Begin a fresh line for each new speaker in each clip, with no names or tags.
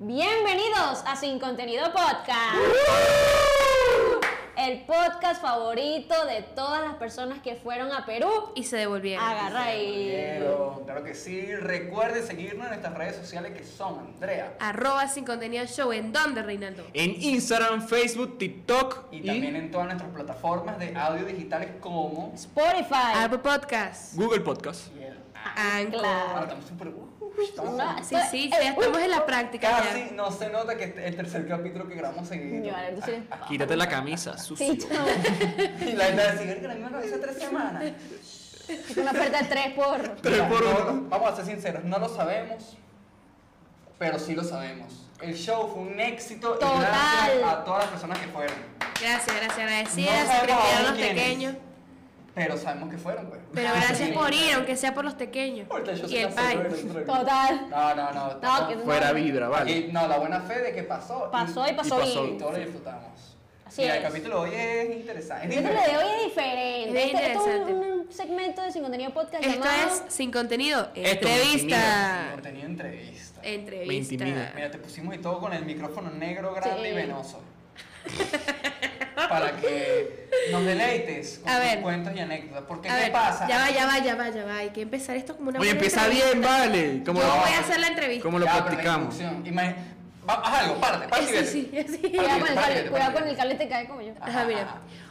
Bienvenidos a Sin Contenido Podcast. El podcast favorito de todas las personas que fueron a Perú.
Y se devolvieron.
Agarra ahí.
Pero, claro que sí. Recuerden seguirnos en nuestras redes sociales que son Andrea.
Arroba sin contenido show. ¿En dónde, Reinaldo?
En Instagram, Facebook, TikTok
Y también en todas nuestras plataformas de audio digitales como.
Spotify.
Apple Podcast.
Google Podcast.
Anchor.
Ah, Ahora
Claro.
estamos súper.
No,
Sí, sí,
Eh,
sí, ya estamos en la práctica
Casi
ya.
no se nota que este- el tercer capítulo que grabamos seguido.
Yo, vale, tú sí eres-
Quítate la camisa, sucio.
Sí, chamo.
Y la gente sigue que la misma cabeza tres semanas.
Es una oferta de tres por.
Tres por
Mira, no-
uno.
vamos a ser sinceros, no lo sabemos, pero sí lo sabemos. El show fue un éxito y
Total.
gracias a todas las personas que fueron.
Gracias, gracias.
No
Agradecidas.
sabemos
siempre quiero a
aún
los
quiénes.
pequeños.
Pero sabemos que fueron, pues.
Pero gracias
Sí.
por ir, aunque sea por los pequeños.
Ahorita yo
Y
soy
el
la
país.
segunda.
Total.
No, no, no.
No,
estamos-
que no.
Fuera vibra, vale.
Aquí, no, la buena fe de que pasó. y-
Pasó y pasó
Y pasó.
Y
bien.
todos lo disfrutamos.
Así
Mira,
es.
el capítulo de hoy es interesante.
El capítulo de hoy es diferente.
Es
Este, esto es un,
interesante.
un segmento de Sin Contenido Podcast
Esto
llamado.
es sin contenido.
es
Entrevista.
Contenido entrevista.
Eh.
Me
Entrevista.
intimida.
Mira, te pusimos y todo con el micrófono negro, grande
Sí.
y venoso. Para que nos deleites con
A
tus
ver.
cuentos y anécdotas. Porque
A
¿qué
ver,
pasa?
ya va, ya va, ya va, ya va. Hay que empezar esto como una
Oye,
buena
empieza
entrevista.
bien, vale. ¿Cómo
Yo
lo,
voy a hacer la entrevista.
cómo lo
Ya, pero la
practicamos?
introducción, imagi- Va, haz algo, parte, parte y
Eso
vete.
sí, sí.
Cuidado
Vale,
con el
vale,
cable,
vale.
cuidado con el cable te cae como yo.
Ajá, mira.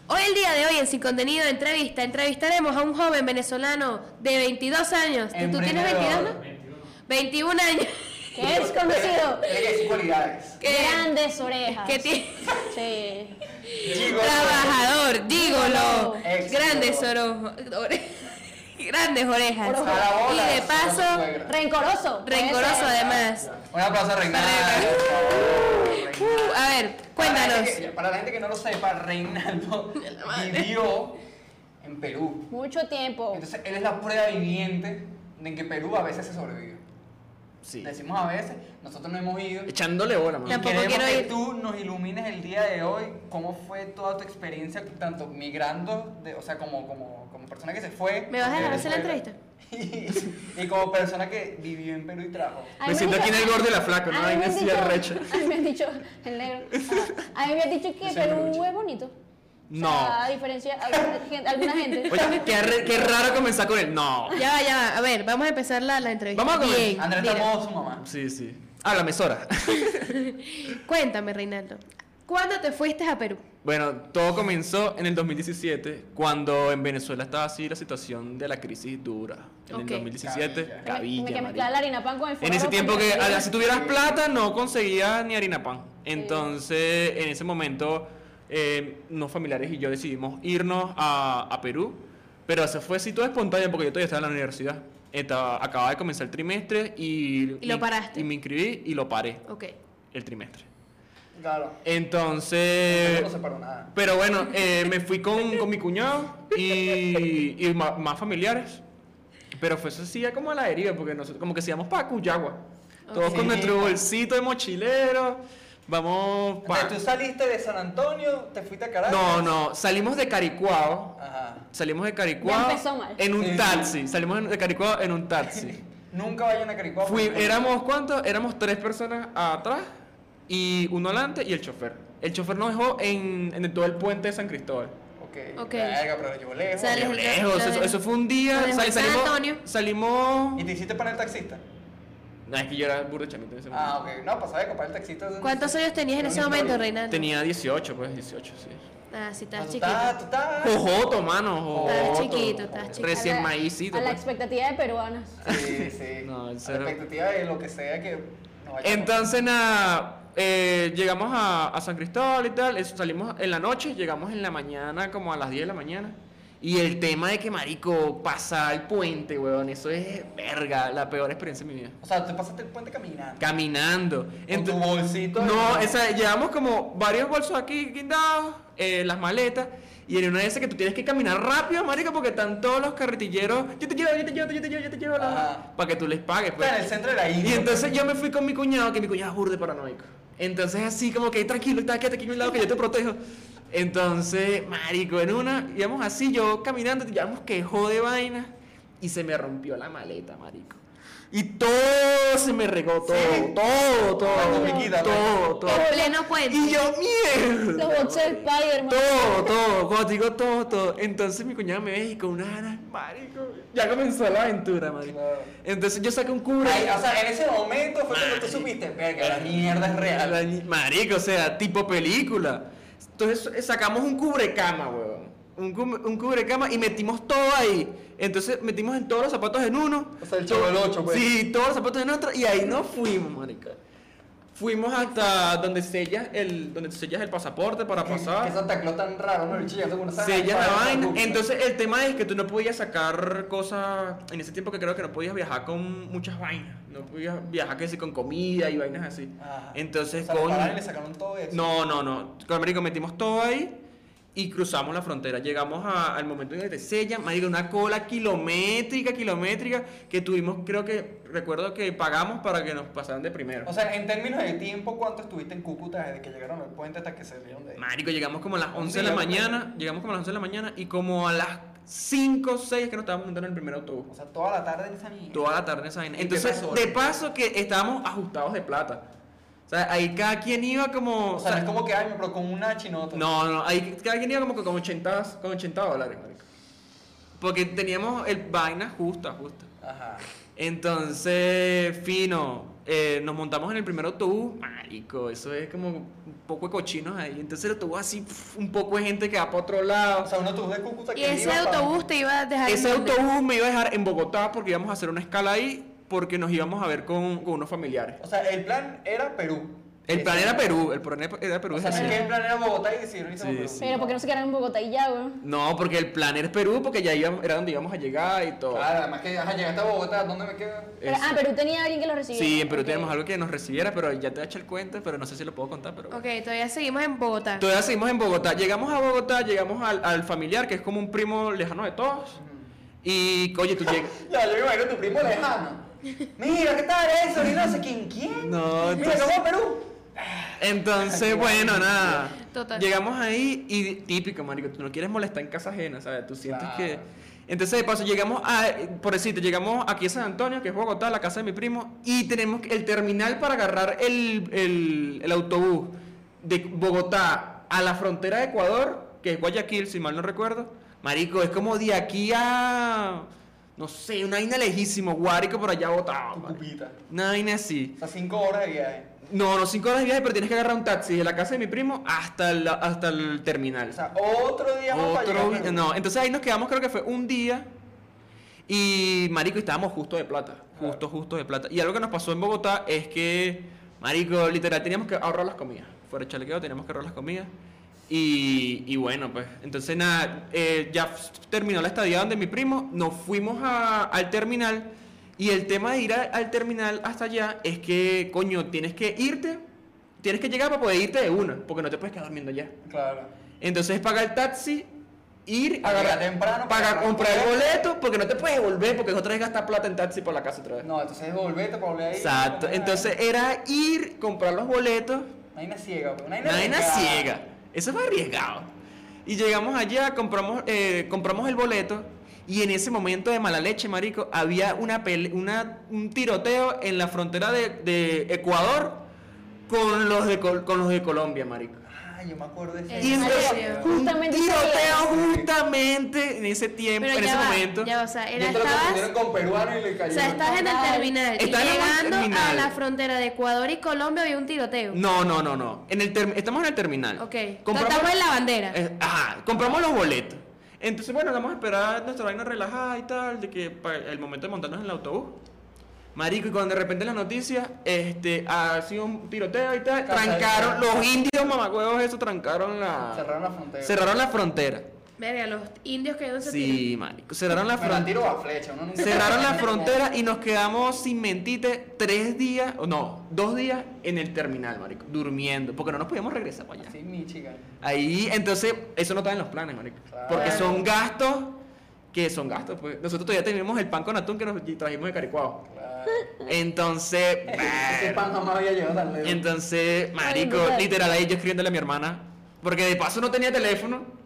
Hoy el día de hoy en Sin Contenido de Entrevista entrevistaremos a un joven venezolano de 22 años. ¿Tú tienes 22,
Emprendedor.
no? 21 años.
Que es conocido.
Tiene que decir cualidades.
Que-
Grandes orejas.
que tiene-
Sí.
Digo,
Trabajador, dígolo.
Éxito.
Grandes oro- ore- grandes orejas.
A la bola,
Y de
a la
paso,
suegra.
Rencoroso. puede
rencoroso
ser.
además.
Un aplauso a Reinaldo. por favor,
Uh, a ver,
Para la
cuéntanos.
gente que- Para la gente que no lo sepa, Reinaldo vivió en Perú.
Mucho tiempo.
Entonces, él es la prueba viviente de que Perú a veces se sobrevive.
Sí.
Decimos a veces, nosotros no hemos ido. Y
Echándole bola, mano.
Tampoco
queremos
quiero
que
ir.
tú nos ilumines el día de hoy cómo fue toda tu experiencia, tanto migrando, de- o sea, como, como, como persona que se fue.
¿Me vas a
de
dejar hacer la
Venezuela, Y, y como persona que vivió en Perú y trabajó.
A mí
Me siento
han
aquí en
dicho-
el gordo y la flaca, ¿no?
a mí
Ahí
me
me
han
hacía
dicho-
recha.
A mí me han dicho, el negro. Ah, A mí me han dicho que
Ese es el
Perú
brucho.
es bonito. O
No.
sea, a diferencia de alguna gente. alguna gente.
Oye, qué, re- qué raro comenzar con él. No.
Ya va, ya va. A ver, vamos a empezar la, la entrevista.
Vamos a comer.
Bien,
Andrés
mira.
está modo su mamá.
Sí, sí. Háblame, Sora.
Cuéntame, Reinaldo. ¿Cuándo te fuiste a Perú?
Bueno, todo comenzó en el 2017, cuando en Venezuela estaba así la situación de la crisis dura. En
Ok.
el 2017,
Cabilla.
Me-
cabilla,
me que
marico.
mezclar la harina pan con el
En
forro
ese
con
tiempo que
el-
a- si tuvieras plata no conseguías ni harina pan. Entonces, en ese momento, eh, unos familiares y yo decidimos irnos a, a Perú. Pero eso fue así todo espontáneo porque yo todavía estaba en la universidad. Estaba, acababa de comenzar el trimestre y...
Y lo
me-
paraste.
Y me inscribí y lo paré
Ok.
el trimestre.
Claro.
Entonces...
no se paró nada.
Pero bueno, eh, me fui con, con mi cuñado y, y ma- más, familiares. Pero fue eso sí, ya como a la deriva, porque nosotros como que se íbamos para Cuyagua. Todos
Ok.
con nuestro bolsito de mochilero. Vamos pa-
Entonces, tú saliste de San Antonio, te fuiste a Caracas.
No, no, salimos de Caricuao.
Ajá.
Salimos de
Ya
Caricuao
empezó mal.
en un
Sí.
taxi. Salimos de Caricuao en un taxi.
Nunca vayan a Caricuá.
Fui,
porque-
éramos cuántos? Éramos tres personas atrás y uno adelante y el chofer. El chofer nos dejó en, en todo el puente de San Cristóbal.
Ok.
Ok.
Verga, pero yo lejos.
Sale-
Pero lejos,
lo de-
eso, eso fue un
lo
día.
de
sal-
Juan
salimos,
Antonio.
salimos.
¿Y te hiciste para el taxista?
No, es que yo era burro chamito en ese momento.
Ah, ok. No, pasaba de comprar el taxista. es un-
¿Cuántos años tenías en
es
ese
una
momento,
historia.
Reinaldo?
Tenía 18, pues 18, sí.
Ah, sí,
Ah,
estabas
tú
chiquito.
estás- tú estás-
Jojoto, mano,
Estabas
jojoto.
chiquito, estabas chiquito.
Recién
a la-
maízito.
A la
pues.
expectativa de peruanas.
Sí, sí.
No, en
A la
serio.
expectativa de lo que sea que. no vaya a-
Entonces, nada, eh, llegamos a, a San Cristóbal y tal. eso, salimos en la noche, llegamos en la mañana, como a las 10 de la mañana. Y el tema de que, marico, pasar el puente, weón, eso es verga, la peor experiencia de mi vida.
O sea, tú pasaste el puente caminando.
Caminando.
En tu
Ento-
bolsito.
No,
de-
esa, llevamos como varios bolsos aquí guindados, eh, las maletas. Y en una de esas que tú tienes que caminar rápido, marica, porque están todos los carretilleros. Yo te llevo, yo te llevo, yo te llevo, yo te llevo.
Ajá.
Para que tú les pagues, pues.
Está en el centro de la
Y
isla.
entonces yo me fui con mi cuñado, que mi cuñado es burde paranoico. Entonces así como que tranquilo, está, quédate aquí a mi lado que yo te protejo. Entonces, marico, en una, íbamos así, yo caminando, digamos que jode vaina. Y se me rompió la maleta, marico. Y todo se me regó, todo,
Sí. Cuando
todo, todo,
me quita,
todo, todo.
En pleno puente.
Y yo, mierda.
Los boxes de Spider-Man.
Todo, todo, cuando te digo todo, todo. Entonces mi cuñada me ve y con una aras, marico. Ya comenzó la aventura, marico.
Claro.
Entonces yo saqué un cubre.
Ay, o sea, en ese momento fue cuando tú supiste, verga, la mierda es real.
Marico, o sea, tipo película. Entonces eh, sacamos un cubrecama, weón. Un, cub- un cubrecama y metimos todo ahí. Entonces metimos en todos los zapatos en uno.
O sea, el chavo del ocho, pues.
Sí, todos los zapatos en otro. Y ahí nos fuimos, marico. Fuimos hasta donde sellas el, donde sellas el pasaporte para
¿Qué,
pasar.
qué Santa Claus tan raro, ¿no? El chico con una
Sí, ella la vaina. Entonces el tema es que tú no podías sacar cosas en ese tiempo que creo que no podías viajar con muchas vainas. No podías viajar que sí con comida y vainas así. Entonces,
con...
coño.
Ah. le sacaron todo eso.
No, no, no. Con Marico metimos todo ahí y cruzamos la frontera. Llegamos a- al momento en que te sellan, Marico, una cola kilométrica, kilométrica, que tuvimos, creo que, recuerdo que pagamos para que nos pasaran de primero.
O sea, en términos de tiempo, ¿cuánto estuviste en Cúcuta desde que llegaron al puente hasta que se vieron de ahí?
Marico, llegamos como a las
Un
11 de la
día, ¿no?
mañana, llegamos como a las 11 de la mañana y como a las 5 o 6 que nos estábamos montando en el primer autobús.
O sea, toda la tarde en esa mierda.
Toda la tarde en esa vaina.
¿Y qué
Entonces,
pasó?
de paso que estábamos ajustados de plata. O sea, ahí cada quien iba como...
O sea, no es como que, ay, me pero con una chinota.
No, no, ahí cada quien iba como que con 80, con 80 dólares, marico. Porque teníamos el vaina justa, justa.
Ajá.
Entonces, fino, eh, nos montamos en el primer autobús, marico, eso es como un poco de cochinos ahí. Entonces el autobús así, pf, un poco de gente que va para otro lado.
O sea, un autobús de Cúcuta que
Y ese
iba para-
autobús te iba a dejar. en
Ese
dónde?
autobús me iba a dejar en Bogotá porque íbamos a hacer una escala ahí porque nos íbamos a ver con, con unos familiares.
O sea, el plan era Perú.
El plan
Ese-
era Perú, el plan era Perú.
O
es
sea,
así.
que el plan era Bogotá y decidieron irse
Sí,
a Perú.
sí.
Pero ¿por qué no se quedaron en Bogotá y ya, güey?
No, porque el plan era Perú porque ya íbamos, era donde íbamos a llegar y todo.
Claro, además que, ajá, llegaste a Bogotá, ¿dónde me quedo?
Pero,
Eso.
ah, Perú tenía alguien que los recibió.
Sí, en Perú
Ok.
teníamos algo que nos recibiera, pero ya te voy a echar el cuento, pero no sé si lo puedo contar, pero bueno.
Ok, todavía seguimos en Bogotá.
Todavía seguimos en Bogotá. Llegamos a Bogotá, llegamos al, al familiar, que es como un primo lejano de todos. Y, oye, tú llegas...
Ya, yo me imagino tu primo lejano. Mira, ¿qué tal eso? Y no sé quién, quién.
No,
Mira,
entonces-
¿cómo a Perú?
Entonces, bueno, nada.
Total.
Llegamos ahí y típico, marico, tú no quieres molestar en casa ajena, ¿sabes? Tú sientes
Claro.
que... Entonces, de paso, llegamos a... Por decirte, llegamos aquí a San Antonio, que es Bogotá, la casa de mi primo, y tenemos que- el terminal para agarrar el, el- el autobús de Bogotá a la frontera de Ecuador, que es Guayaquil, si mal no recuerdo. Marico, es como de aquí a... No sé, una vaina lejísimo, Guárico por allá botado.
Tu
marico.
cupita.
Una vaina así.
O sea, cinco horas de viaje.
No, no, cinco horas de viaje, pero tienes que agarrar un taxi de la casa de mi primo hasta el, hasta el terminal.
O sea, otro día más para llegar a
Otro, vi-
Perú.
no, entonces ahí nos quedamos, creo que fue un día. Y marico, estábamos justo de plata. Justo, justo de plata. Y algo que nos pasó en Bogotá es que, marico, literal, teníamos que ahorrar las comidas. Fuera de chalequeo, teníamos que ahorrar las comidas. Y, y bueno, pues, entonces nada, eh, ya f- terminó la estadía donde mi primo, nos fuimos a- al terminal. Y el tema de ir a- al terminal hasta allá es que, coño, tienes que irte, tienes que llegar para poder irte de una, porque no te puedes quedar durmiendo allá.
Claro.
Entonces paga el taxi, ir,
Llegar
agarrar
temprano,
pagar,
pagar
comprar el
el
boleto, porque no te puedes volver, porque otra vez gastar plata en taxi por la casa otra vez.
No, entonces volvete para volver ahí.
Exacto. Entonces era ir, comprar los boletos,
Una vaina ciega, pues, una
una
vaina
vaina
arriesgada.
ciega. Eso fue arriesgado. Y llegamos allá, compramos, eh, compramos el boleto. Y en ese momento de mala leche, marico, había una pele- una, un tiroteo en la frontera de, de Ecuador con los de, Col- con los de Colombia, marico.
Ah, yo me acuerdo de
Eh,
ese.
Y
Marico,
entonces,
sí. justamente
un
ese día.
tiroteo justamente en ese tiempo,
Pero
en ese
ya va,
momento.
ya va, o sea, era,
Yo te lo confundieron
estabas,
con peruano y le
o
cayó.
sea, estabas en el
Total.
terminal. Y
Estabas en el
llegando a
terminal.
la frontera de Ecuador y Colombia había un tiroteo.
No, no, no, no. En el term- estamos en el terminal.
Ok. Estamos en la bandera.
Eh, ajá, compramos los boletos. Entonces, bueno, vamos a esperar nuestra vaina relajada y tal, de que pa- el momento de montarnos en el autobús. Marico, y cuando de repente las noticias, este, ha sido un tiroteo y tal,
Casa de
trancaron,
campo.
los indios mamagüevos eso, trancaron la...
Cerraron la frontera.
Cerraron la frontera.
Verga, los indios que no se tiran.
Sí, marico, cerraron la
Me la
frontera.
tiro a flecha. Uno nunca
Cerraron la frontera y nos quedamos sin mentirte tres días, o no, dos días en el terminal, marico, durmiendo, porque no nos podíamos regresar para allá.
Sí, mi chica.
Ahí, entonces, eso no está en los planes, marico,
Claro.
porque son gastos que son gastos, pues. Nosotros todavía tenemos el pan con atún que nos trajimos de Caricuao.
Claro.
Entonces,
Ese
brr.
pan jamás había llegado tan lejos.
entonces, marico,
brutal.
literal ahí yo escribiéndole a mi hermana, porque de paso no tenía teléfono.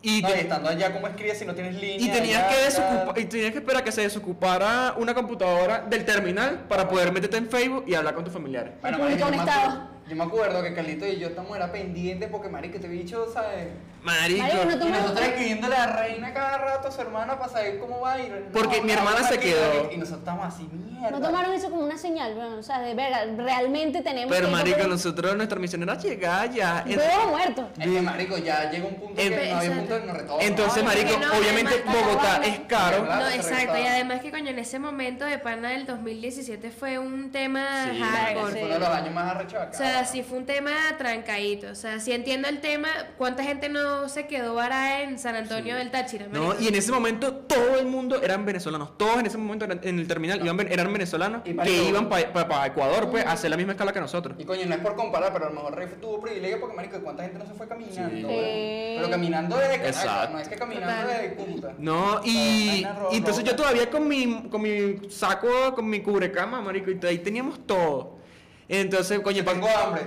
Y,
No, y
te-
estando allá, ¿cómo escribes si no tienes línea?
y tenías
allá,
que
tal?
desocupa- y tenías que esperar que se desocupara una computadora del terminal para poder meterte en Facebook y hablar con tus familiares.
Y publicó
marico,
un
yo me
estado.
acuerdo- Yo me acuerdo que Carlito y yo estamos era pendientes porque marico, este bicho, ¿sabes?
Marico.
Marico, no
Y
Tú me-
nosotros escribiéndole a la reina cada rato a su hermana para saber cómo va a ir.
Porque mi hermana se quedó.
Y nosotros estamos así, mierda.
No tomaron eso como una señal, bueno, o sea, de ver, realmente tenemos
Pero
que ir
marico,
por-
nosotros nuestra misión era llegar ya. En-
Huevos muertos.
Es que, marico, ya llega un punto que
Em-
no había
Exacto.
punto de no retorno.
Entonces,
¿vale?
marico,
no,
obviamente
además,
Bogotá
Caracas,
es caro.
Claro,
No,
se
exacto. Y
regresaba.
además que coño, en ese momento de pana del 2017 fue un tema
Sí,
Marico,
hardcore.
Fue uno de los años más arrechos acá.
O sea, sí fue un tema trancadito. O sea, sí entiendo el tema. ¿Cuánta gente no se quedó varada en San Antonio del Táchira?
No,
marico?
y en ese momento todo el mundo eran venezolanos. Todos en ese momento eran- en el terminal iban ven- eran venezolanos
Y
que
marico-
iban para Ecuador pues, a hacer la misma escala que nosotros.
Y coño, no es por comparar, pero a lo mejor Rey tuvo privilegio porque, marico, ¿cuánta gente no se fue caminando?
Sí.
weón?
Sí.
Pero caminando desde Caracas,
Exacto.
no es que caminando
Total.
desde Cúcuta.
No,
Ay,
y,
Ah, no, no,
y entonces
no.
yo todavía con mi, con mi saco, con mi cubrecama, marico, y ahí teníamos todo. Entonces, coño, pa-
Tengo hambre.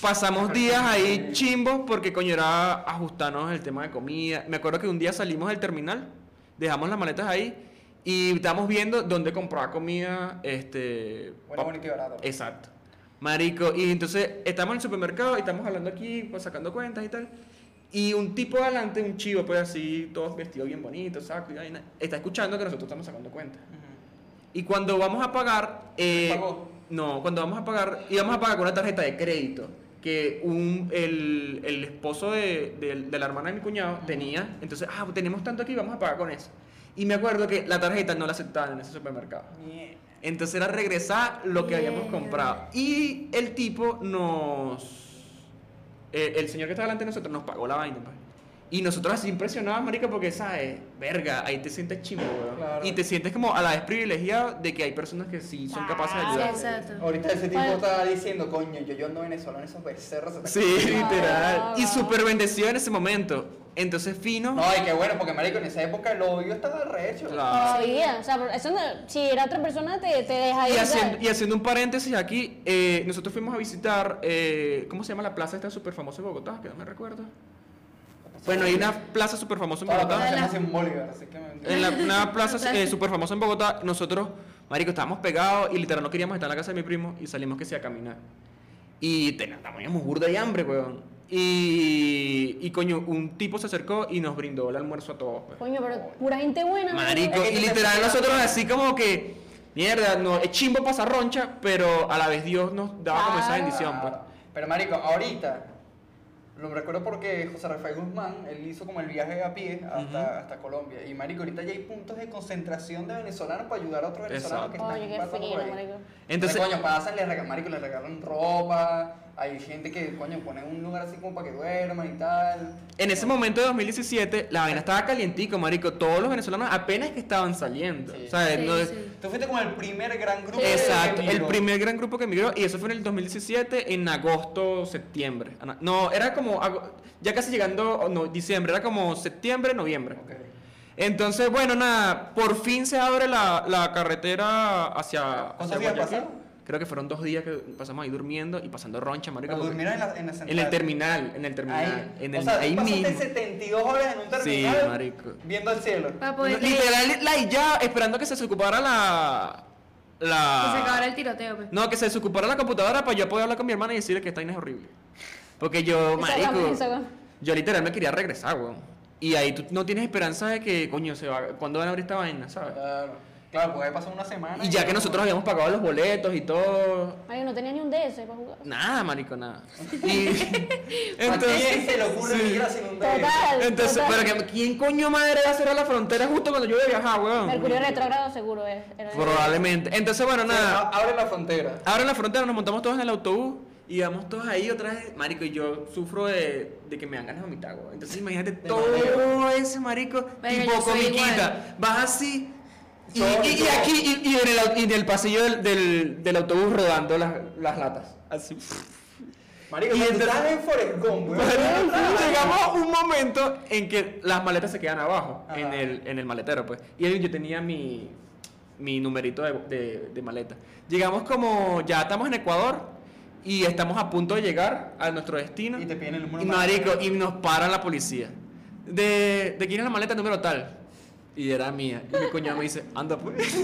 pasamos días ahí chimbos porque, coño, era ajustarnos el tema de comida. Me acuerdo que un día salimos del terminal, dejamos las maletas ahí y estábamos viendo dónde comprar comida, este...
Bueno,
pa-
bonito y barato.
Exacto. Marico, y entonces estamos en el supermercado y estamos hablando aquí, pues, sacando cuentas y tal. Y un tipo adelante, un chivo, pues así, todos vestidos bien bonitos, saco y vaina, está escuchando que nosotros estamos sacando cuentas. Y cuando vamos a pagar. eh,
¿Pagó?
No, cuando vamos a pagar. Íbamos a pagar con una tarjeta de crédito que un, el, el esposo de, del- de la hermana de mi cuñado tenía. Entonces, ah, tenemos tanto aquí, vamos a pagar con eso. Y me acuerdo que la tarjeta no la aceptaban en ese supermercado.
Mierda.
Entonces era regresar lo que habíamos
Mierda.
comprado. Y el tipo nos. eh, el señor que estaba delante de nosotros nos pagó la vaina, pues. Y nosotros así impresionados, marica, porque, ¿sabes? Verga, ahí te sientes chimbo, weón.
Claro.
Y te sientes como a la vez privilegiado de que hay personas que sí son capaces de ayudar.
Ah, Exacto.
Ahorita ese tipo
Bueno.
está diciendo, coño, yo, yo ando venezolano, esos becerros. se
Sí,
atacan".
literal.
wow,
Y
wow.
súper bendecido en ese momento. Entonces, fino.
No, y qué bueno, porque marico, en esa época el odio estaba arrecho.
Claro. Ah.
Todavía, o sea, por- eso no- si era otra persona te, te deja
Y
ir,
haciendo,
¿sabes?
y haciendo un paréntesis aquí, eh, nosotros fuimos a visitar, eh, ¿cómo se llama la plaza esta súper famosa de Bogotá? Que no me recuerdo. Bueno, hay una plaza súper famosa en
Todas las
Bogotá.
cosas se
Hola.
hacen en Bolívar, así que... me-
En la, una plaza súper famosa en Bogotá, nosotros, marico, estábamos pegados y literal no queríamos estar en la casa de mi primo y salimos que sea a caminar. Y ten- teníamos burda de hambre, weón. Y, y coño, un tipo se acercó y nos brindó el almuerzo a todos. pues.
Coño, pero pura gente buena.
Marico,
Es que
y
te-
literal
te-
nosotros así como que, mierda, no, es chimbo pasar roncha, pero a la vez Dios nos daba como esa
Claro.
bendición, pues.
Ah, Pero marico, ahorita lo recuerdo porque José Rafael Guzmán, él hizo como el viaje a pie hasta, hasta Colombia. Y marico, ahorita ya hay puntos de concentración de venezolanos para ayudar a otros venezolanos que
Exacto.
Oye, qué
están pasando por
fino,
ahí.
marico.
Entonces-
Entonces, coño, pasan, le regalan, marico, le regalan ropa. Hay gente que, coño, pone un lugar así como para que duerman y tal.
En ese momento de 2017, la vaina estaba calientico, marico. Todos los venezolanos apenas que estaban saliendo.
Sí.
O sea,
Sí,
no-
sí.
Tú fuiste como el primer gran grupo. que
Exacto, el
emigró.
primer gran grupo que emigró y eso fue en el 2017, en agosto, septiembre. Ana- No, era como, ago- ya casi llegando, o no, diciembre, era como septiembre, noviembre.
Ok.
Entonces, bueno, nada, por fin se abre la, la carretera hacia,
¿Cuántos
hacia
días
Guayaquil.
pasaron?
Creo que fueron dos días que pasamos ahí durmiendo y pasando roncha, marico.
Pero
porque-
durmieron en la, en la
en el
central.
terminal, en el terminal,
Ahí.
en
o
el,
sea,
ahí
tú pasaste
mismo.
72 horas en un
Sí,
terminal
marico.
viendo el cielo.
Para poder
Literal, la y ya, esperando que se desocupara la... la...
que se acabara el tiroteo. pues.
No, que se desocupara la computadora para yo poder hablar con mi hermana y decirle que esta vaina es horrible. Porque yo,
Esa
marico,
gama, esa gama.
yo literal me quería regresar, weón. Y ahí tú no tienes esperanza de que, coño, se va, ¿cuándo van a abrir esta vaina, sabes?
Claro, claro, porque ahí pasó una semana.
Y ya que nosotros habíamos pagado los boletos y todo,
Marico, no tenía ni un DS para jugar.
nada, marico, nada. Y
Entonces,
entonces,
se le ocurre migrar sin un dedo?
Total.
entonces,
total.
pero que, ¿quién coño madre va a cerrar la frontera justo cuando yo voy a viajar, weón?
Mercurio retrógrado seguro es. era-
Probablemente. Entonces, bueno, nada.
A- Abre la frontera.
Ahora en la frontera nos montamos todos en el autobús y vamos todos ahí otra vez. Marico, y yo sufro de, de que me dan ganas de vomitar, güey. Entonces imagínate todo ese marico,
Venga,
tipo
yo soy
comiquita.
igual.
Vas así y,
Todo
y- y
todo.
aquí y, y en el, au- y en el pasillo del, del, del autobús rodando las, las latas. Así.
Marico,
Y
y
entonces-
estás en Forest Gump, güey.
Llegamos a un momento en que las maletas se quedan abajo,
Ajá.
en el, en el maletero, pues. Y ahí yo tenía mi, mi numerito de, de- de maleta. Llegamos como, ya estamos en Ecuador y estamos a punto de llegar a nuestro destino.
Y te piden el número
Y
para-
marico, y nos para la policía. de, de quién es la maleta número tal. Y era mía. Y mi cuñada me dice, anda pues.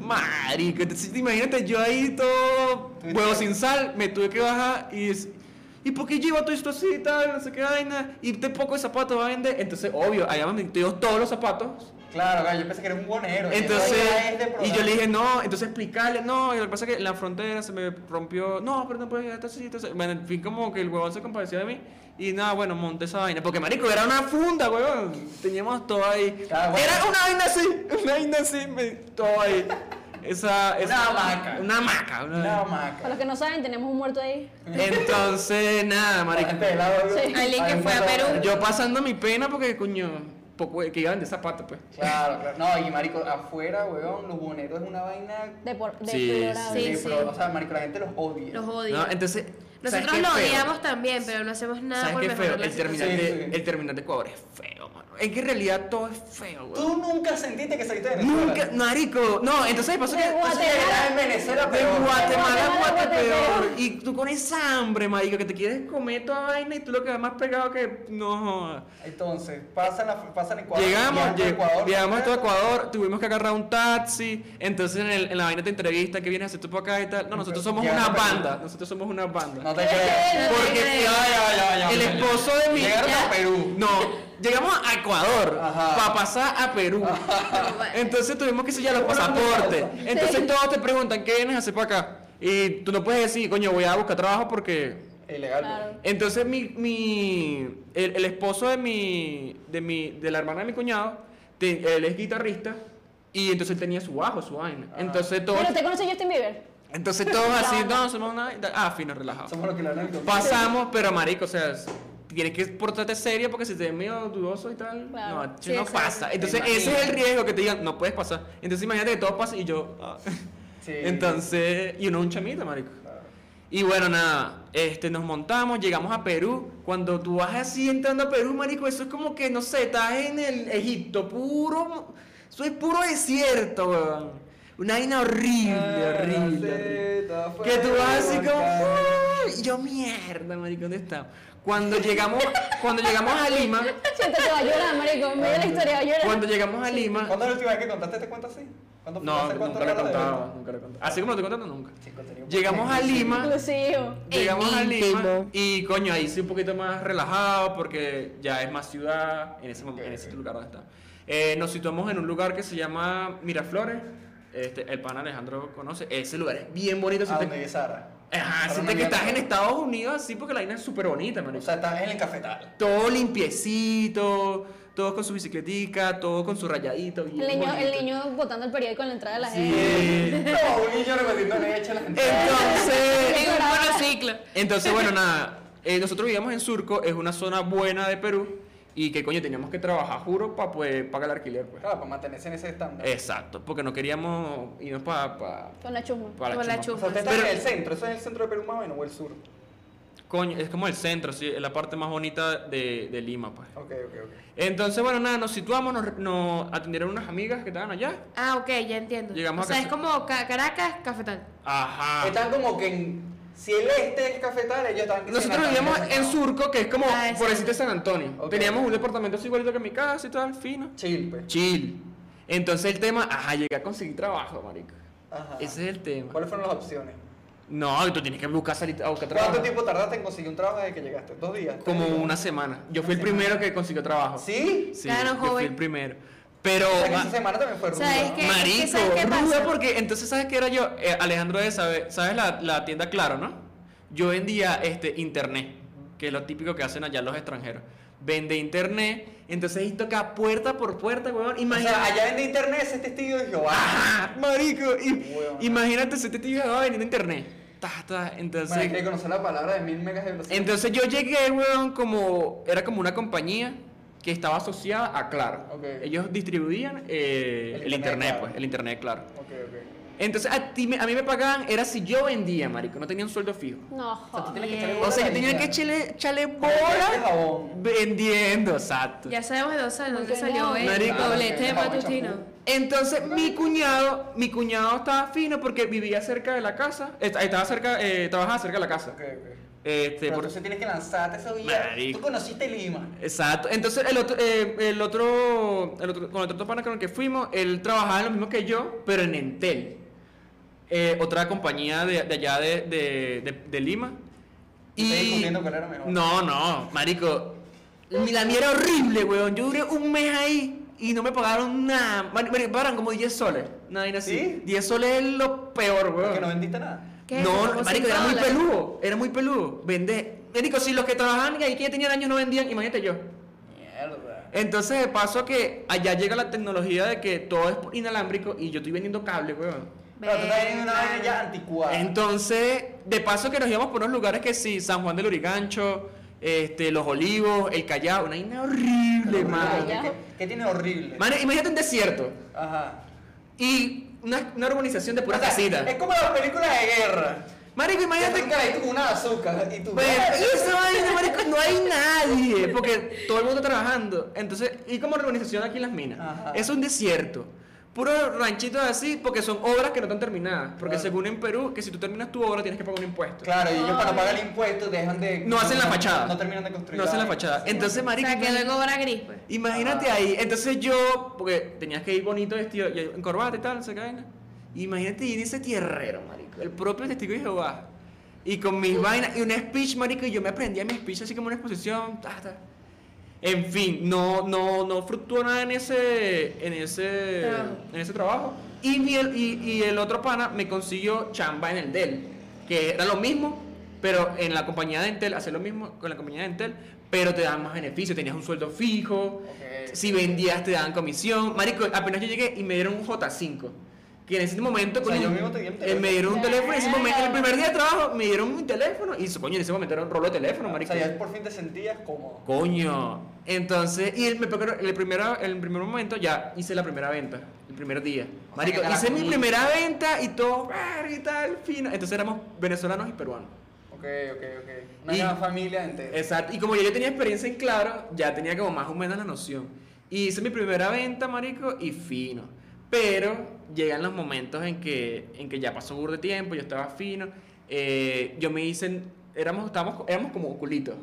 Marico, entonces, imagínate yo ahí todo
Tuviste
huevo
que-
sin sal, me tuve que bajar y es- ¿Y por qué lleva todo esto así y tal? No sé qué vaina. Y te poco de zapatos va a vender. Entonces, obvio, allá me metió todos los zapatos.
Claro, claro, yo pensé que eres un bonero. y
Entonces,
eso ya es de
y yo
programa.
le dije, no, entonces explicarle, no, y lo que pasa es que en la frontera se me rompió, no, pero no puedes llegar entonces, entonces, bueno, en fin, como que el huevón se compadeció de mí, y nada, bueno, monté esa vaina, porque marico, era una funda, huevón, teníamos todo ahí,
Claro, Ah, bueno.
era una vaina así, una vaina así, me- todo ahí, esa,
Una
esa-
hamaca.
una hamaca, una-
Nada
Para los
más.
que no saben, tenemos un muerto ahí.
entonces, nada, marico,
Este
Sí. Alguien que fue a Perú.
yo pasando mi pena, porque, coño, poco, que iban de zapatos, pues,
Claro, claro. No, y marico, afuera, weón, los boneros es una vaina
De por, de
Sí,
deplorable.
Sí,
de
sí.
pro- O sea, marico, la gente los odia.
Los odio.
¿no? entonces, ¿sabes
Nosotros
qué
lo
feo?
odiamos también, pero no hacemos nada por
¿Sabes qué es feo?
mejorar la
El
situación.
terminal,
Sí,
de,
sí.
el terminal de Ecuador es feo, mano. Es que en realidad todo es feo, güey.
Tú nunca sentiste que saliste de Venezuela.
Nunca, marico. No, entonces pasó
De
que.
Guate-
entonces,
Era en Venezuela, pero.
de Guatemala a
Guatemala,
Guate
Guate
peor.
peor.
Y tú con esa hambre, marico, que te quieres comer toda vaina y tú lo que más pegado que. No.
Entonces, pasan, la, pasan Ecuador.
Llegamos,
viajan a
lleg-
Ecuador,
llegamos hasta
completo.
Ecuador, tuvimos que agarrar un taxi. Entonces en, el- en la vaina te entrevista, que vienes a hacer tú por acá y tal? No, nosotros somos
Llegando
una
a Perú.
banda. Nosotros somos una banda.
No te creo.
Porque
Ay,
el esposo de mi.
Llegaron a Perú.
No, llegamos a Ecuador
Ajá.
para pasar a Perú.
No, bueno.
Entonces tuvimos que sellar los pasaportes. Entonces todos te preguntan, ¿qué vienes a hacer para acá? Y tú no puedes decir, coño, voy a buscar trabajo porque...
Ilegal.
Claro.
Entonces mi, mi el, el esposo de mi, de mi, de la hermana de mi cuñado, te- él es guitarrista y entonces él tenía su bajo, su vaina. Entonces todos,
Pero te conoce Justin Bieber.
entonces todos así, no, somos una, ah, fino, relajado.
Somos los que lo han hecho.
Pasamos, pero marico, o sea, s- tienes que portarte serio porque si te ves medio dudoso y tal,
Claro.
no,
Sí,
no
exacto.
pasa. Entonces,
Me
ese es el
imagino.
riesgo que te digan, no puedes pasar. Entonces, imagínate que todo pasa y yo. ah.
Sí.
Entonces, y uno es un chamito, marico. Y bueno, nada, este, nos montamos, llegamos a Perú. Cuando tú vas así entrando a Perú, marico, eso es como que, no sé, estás en el Egipto, puro. Eso es puro desierto, weón. Una vaina horrible,
Ah,
horrible. horrible. Que tú vas así como. "Uy", y Yo, mierda, marico, ¿dónde está? Cuando llegamos, cuando llegamos a Lima,
Siento que va a llorar, marico. En medio de la historia va a llorar.
cuando llegamos a Lima.
¿Cuándo es la última vez que contaste este cuento así? ¿Cuándo fue?
"Ah". No,
¿Hace cuánto
nunca lo he
rato de
contado,
esto?
nunca lo he contado. Así como lo estoy contando, nunca.
Sí, contenido.
Llegamos a Lima.
Inclusivo.
Llegamos a Lima
íntimo.
y coño, ahí sí un poquito más relajado porque ya es más ciudad en ese, mom- en ese lugar donde está. Eh, nos situamos en un lugar que se llama Miraflores. Este, el pan Alejandro conoce. Ese lugar es bien bonito.
A
siente-
donde vive Sara.
Ajá,
Para
siente
una
que estás en
mierda.
Estados Unidos así porque la vaina es súper bonita,
O
marico.
sea, estás en el cafetal.
Todo limpiecito, todos con su bicicletica, todos con su rayadito. bien
El niño, el
bonito.
niño botando el periódico en la entrada de la gente.
Sí.
No, un niño repartiendo leche a la gente.
Eh. Entonces,
En un monociclo.
Entonces, bueno, nada. eh, nosotros vivíamos en Surco, es una zona buena de Perú. Y que coño, teníamos que trabajar, juro, para poder pagar el alquiler, pues.
Claro, para mantenerse en ese estándar.
Eh. Exacto, porque no queríamos irnos para pa,
Con la chusma.
pa
Con la
O sea, usted está
Pero-
en el centro, eso es el centro de Perú más o menos, o el sur.
pues. Coño, es como el centro, sí, es la parte más bonita de, de Lima, pues.
Ok, ok, ok.
Entonces, bueno, nada, nos situamos, nos, nos atendieron unas amigas que estaban allá.
Ah, ok, ya entiendo.
Llegamos
o
a
sea,
casa-
es como Ca- Caracas, Cafetal.
Ajá.
Están como que en. Si el este es cafetal, ellos están.
Nosotros vivíamos en
sur.
Surco, que es como
Ah, exacto.
por decirte San Antonio.
Ok.
Teníamos un departamento así igualito que mi casa y tal, fino.
Chill, pues.
Chill. Entonces el tema, ajá, llegué a conseguir trabajo, marico.
Ajá.
Ese es el tema.
¿Cuáles fueron las opciones?
No, tú tienes que buscar salir a buscar trabajo.
¿Cuánto tiempo tardaste en conseguir un trabajo desde que llegaste? ¿Dos días?
Como
¿Tres días?
una semana. Yo fui el primero que consiguió trabajo.
¿Sí?
Sí,
Claro,
yo fui
joven.
el primero. Pero ah,
O sea, que
Oh, ma-
esa semana también fue
O
ruda.
sea, es
¿no?
que-
marico,
¿sabes qué pasa?
ruda porque entonces sabes qué era yo, Eh, Alejandro de sabe, sabes la, la tienda Claro, ¿no? Yo vendía este internet, que es lo típico que hacen allá los extranjeros. Vende internet, entonces ahí toca puerta por puerta, weón.
O
Imagínate.
sea, allá en internet ese testigo "Ah, de Jehová.
Ajá, marico, y-
Huevón.
imagínate, se te va vendiendo internet. Ta, ta, entonces,
Bueno, hay que conocer la palabra de mil megas de velocidad.
entonces yo llegué, weón, como era como una compañía que estaba asociada a Claro.
Ok.
Ellos distribuían eh,
El
el,
internet,
internet,
claro.
pues, el internet, claro.
Ok, ok.
Entonces a, ti me- a mí me pagaban, era si yo vendía, marico, no tenía un sueldo fijo.
No,
O sea, tú
joder.
tienes que
Bien.
echarle bola
O sea,
a
yo
la
tenía
vida.
que echarle, echarle
Echarle
bola
jabón.
vendiendo, exacto.
Ya sabemos de dónde sal- dónde
Porque
salió
no.
el
Marico.
doblete
Ah, ok.
matutino.
Entonces mi cuñado, mi cuñado estaba fino porque vivía cerca de la casa, est- estaba cerca, eh, trabajaba cerca de la casa.
Ok, ok.
Este,
Pero
por-
entonces tienes que lanzarte ese viaje.
Marico.
Tú conociste Lima.
Exacto. Entonces el otro, eh, el otro, el otro- con el otro pana con el que fuimos, él trabajaba en lo mismo que yo, pero en Entel. Eh, otra compañía de, de allá de, de- de- de Lima.
Y... Estoy discutiendo cuál era mejor.
No, no, marico. Mi- La mía era horrible, weón. Yo duré un mes ahí y no me pagaron nada. Mari- mari- Me pagaron como 10 soles. Nada era así.
¿Sí?
10 soles es lo peor, weón.
Porque no vendiste nada.
¿Qué?
No,
Como
marico,
cinco
era muy
dólares.
peludo. Era muy peludo. Vende. Marico, si los que trabajaban ahí que ya tenían años no vendían, imagínate yo.
Mierda.
Entonces, de paso que allá llega la tecnología de que todo es inalámbrico y yo estoy vendiendo cable, weón.
Pero tú estás en una vaina ya anticuada.
Entonces, de paso que nos íbamos por unos lugares que sí, San Juan del Urigancho, este, Los Olivos, El Callao, una vaina horrible,
Horrible,
man.
Callao.
¿Qué, qué tiene horrible?
Man, imagínate un desierto
Ajá.
y una, una urbanización de puras
O sea,
casitas.
Es como las películas de guerra.
Marico,
Imagínate
imagínate
que hay como una azúcar y tú.
Pero esa vaina, marico, no hay nadie, porque todo el mundo está trabajando. Entonces, y como urbanización aquí en las minas,
Ajá.
es un desierto. Puros ranchitos así, porque son obras que no están terminadas. Porque
Claro.
según en Perú, que si tú terminas tu obra tienes que pagar un impuesto.
Claro, y ellos para no pagar el impuesto dejan de.
No hacen la fachada.
No terminan de construir.
No hacen la fachada. Entonces,
O
marico,
sea, que
imagínate-
luego obra gris, pues.
imagínate
Ajá.
ahí. Entonces yo, porque tenías que ir bonito vestido, y en corbata y tal, esa vaina. Imagínate ir en ese tierrero, marico. El propio testigo de Jehová. Y con mis vainas, y un speech, marico, y yo me aprendía mi speech así como una exposición. ta, ta. En fin, no, no, no fructuó nada en ese, en ese,
Trabajo.
en ese trabajo. Y, mi- y, y el otro pana me consiguió chamba en el Dell, que era lo mismo, pero en la compañía de Entel, hacer lo mismo con la compañía de Entel, pero te daban más beneficios, tenías un sueldo fijo,
Ok.
si vendías te daban comisión. Marico, apenas yo llegué y me dieron un J5. Que en ese momento,
O sea,
coño,
yo mismo te di el
eh,
teléfono.
me dieron un teléfono. En ese momento, en el
Verga.
primer día de trabajo, me dieron un teléfono. Y su coño, en ese momento era un rolo de teléfono,
Ah, O
marico.
sea, ya por fin te sentías cómodo.
Coño. Entonces, y el, me pegó- el, primero, el primer momento ya hice la primera venta, el primer día.
sea,
Marico,
que te la
hice mi
comiste.
primera venta y todo, verga y tal, fino. Entonces éramos venezolanos y peruanos.
Ok, ok, ok. Una
Y-
gran familia entera.
Exacto. Y como yo ya tenía experiencia en Claro, ya tenía como más o menos la noción. Y hice mi primera venta, marico, y fino. Pero llegan los momentos en que, en que ya pasó burro de tiempo, yo estaba fino. Eh, yo me hice, éramos, estábamos, éramos como culitos
Ujú.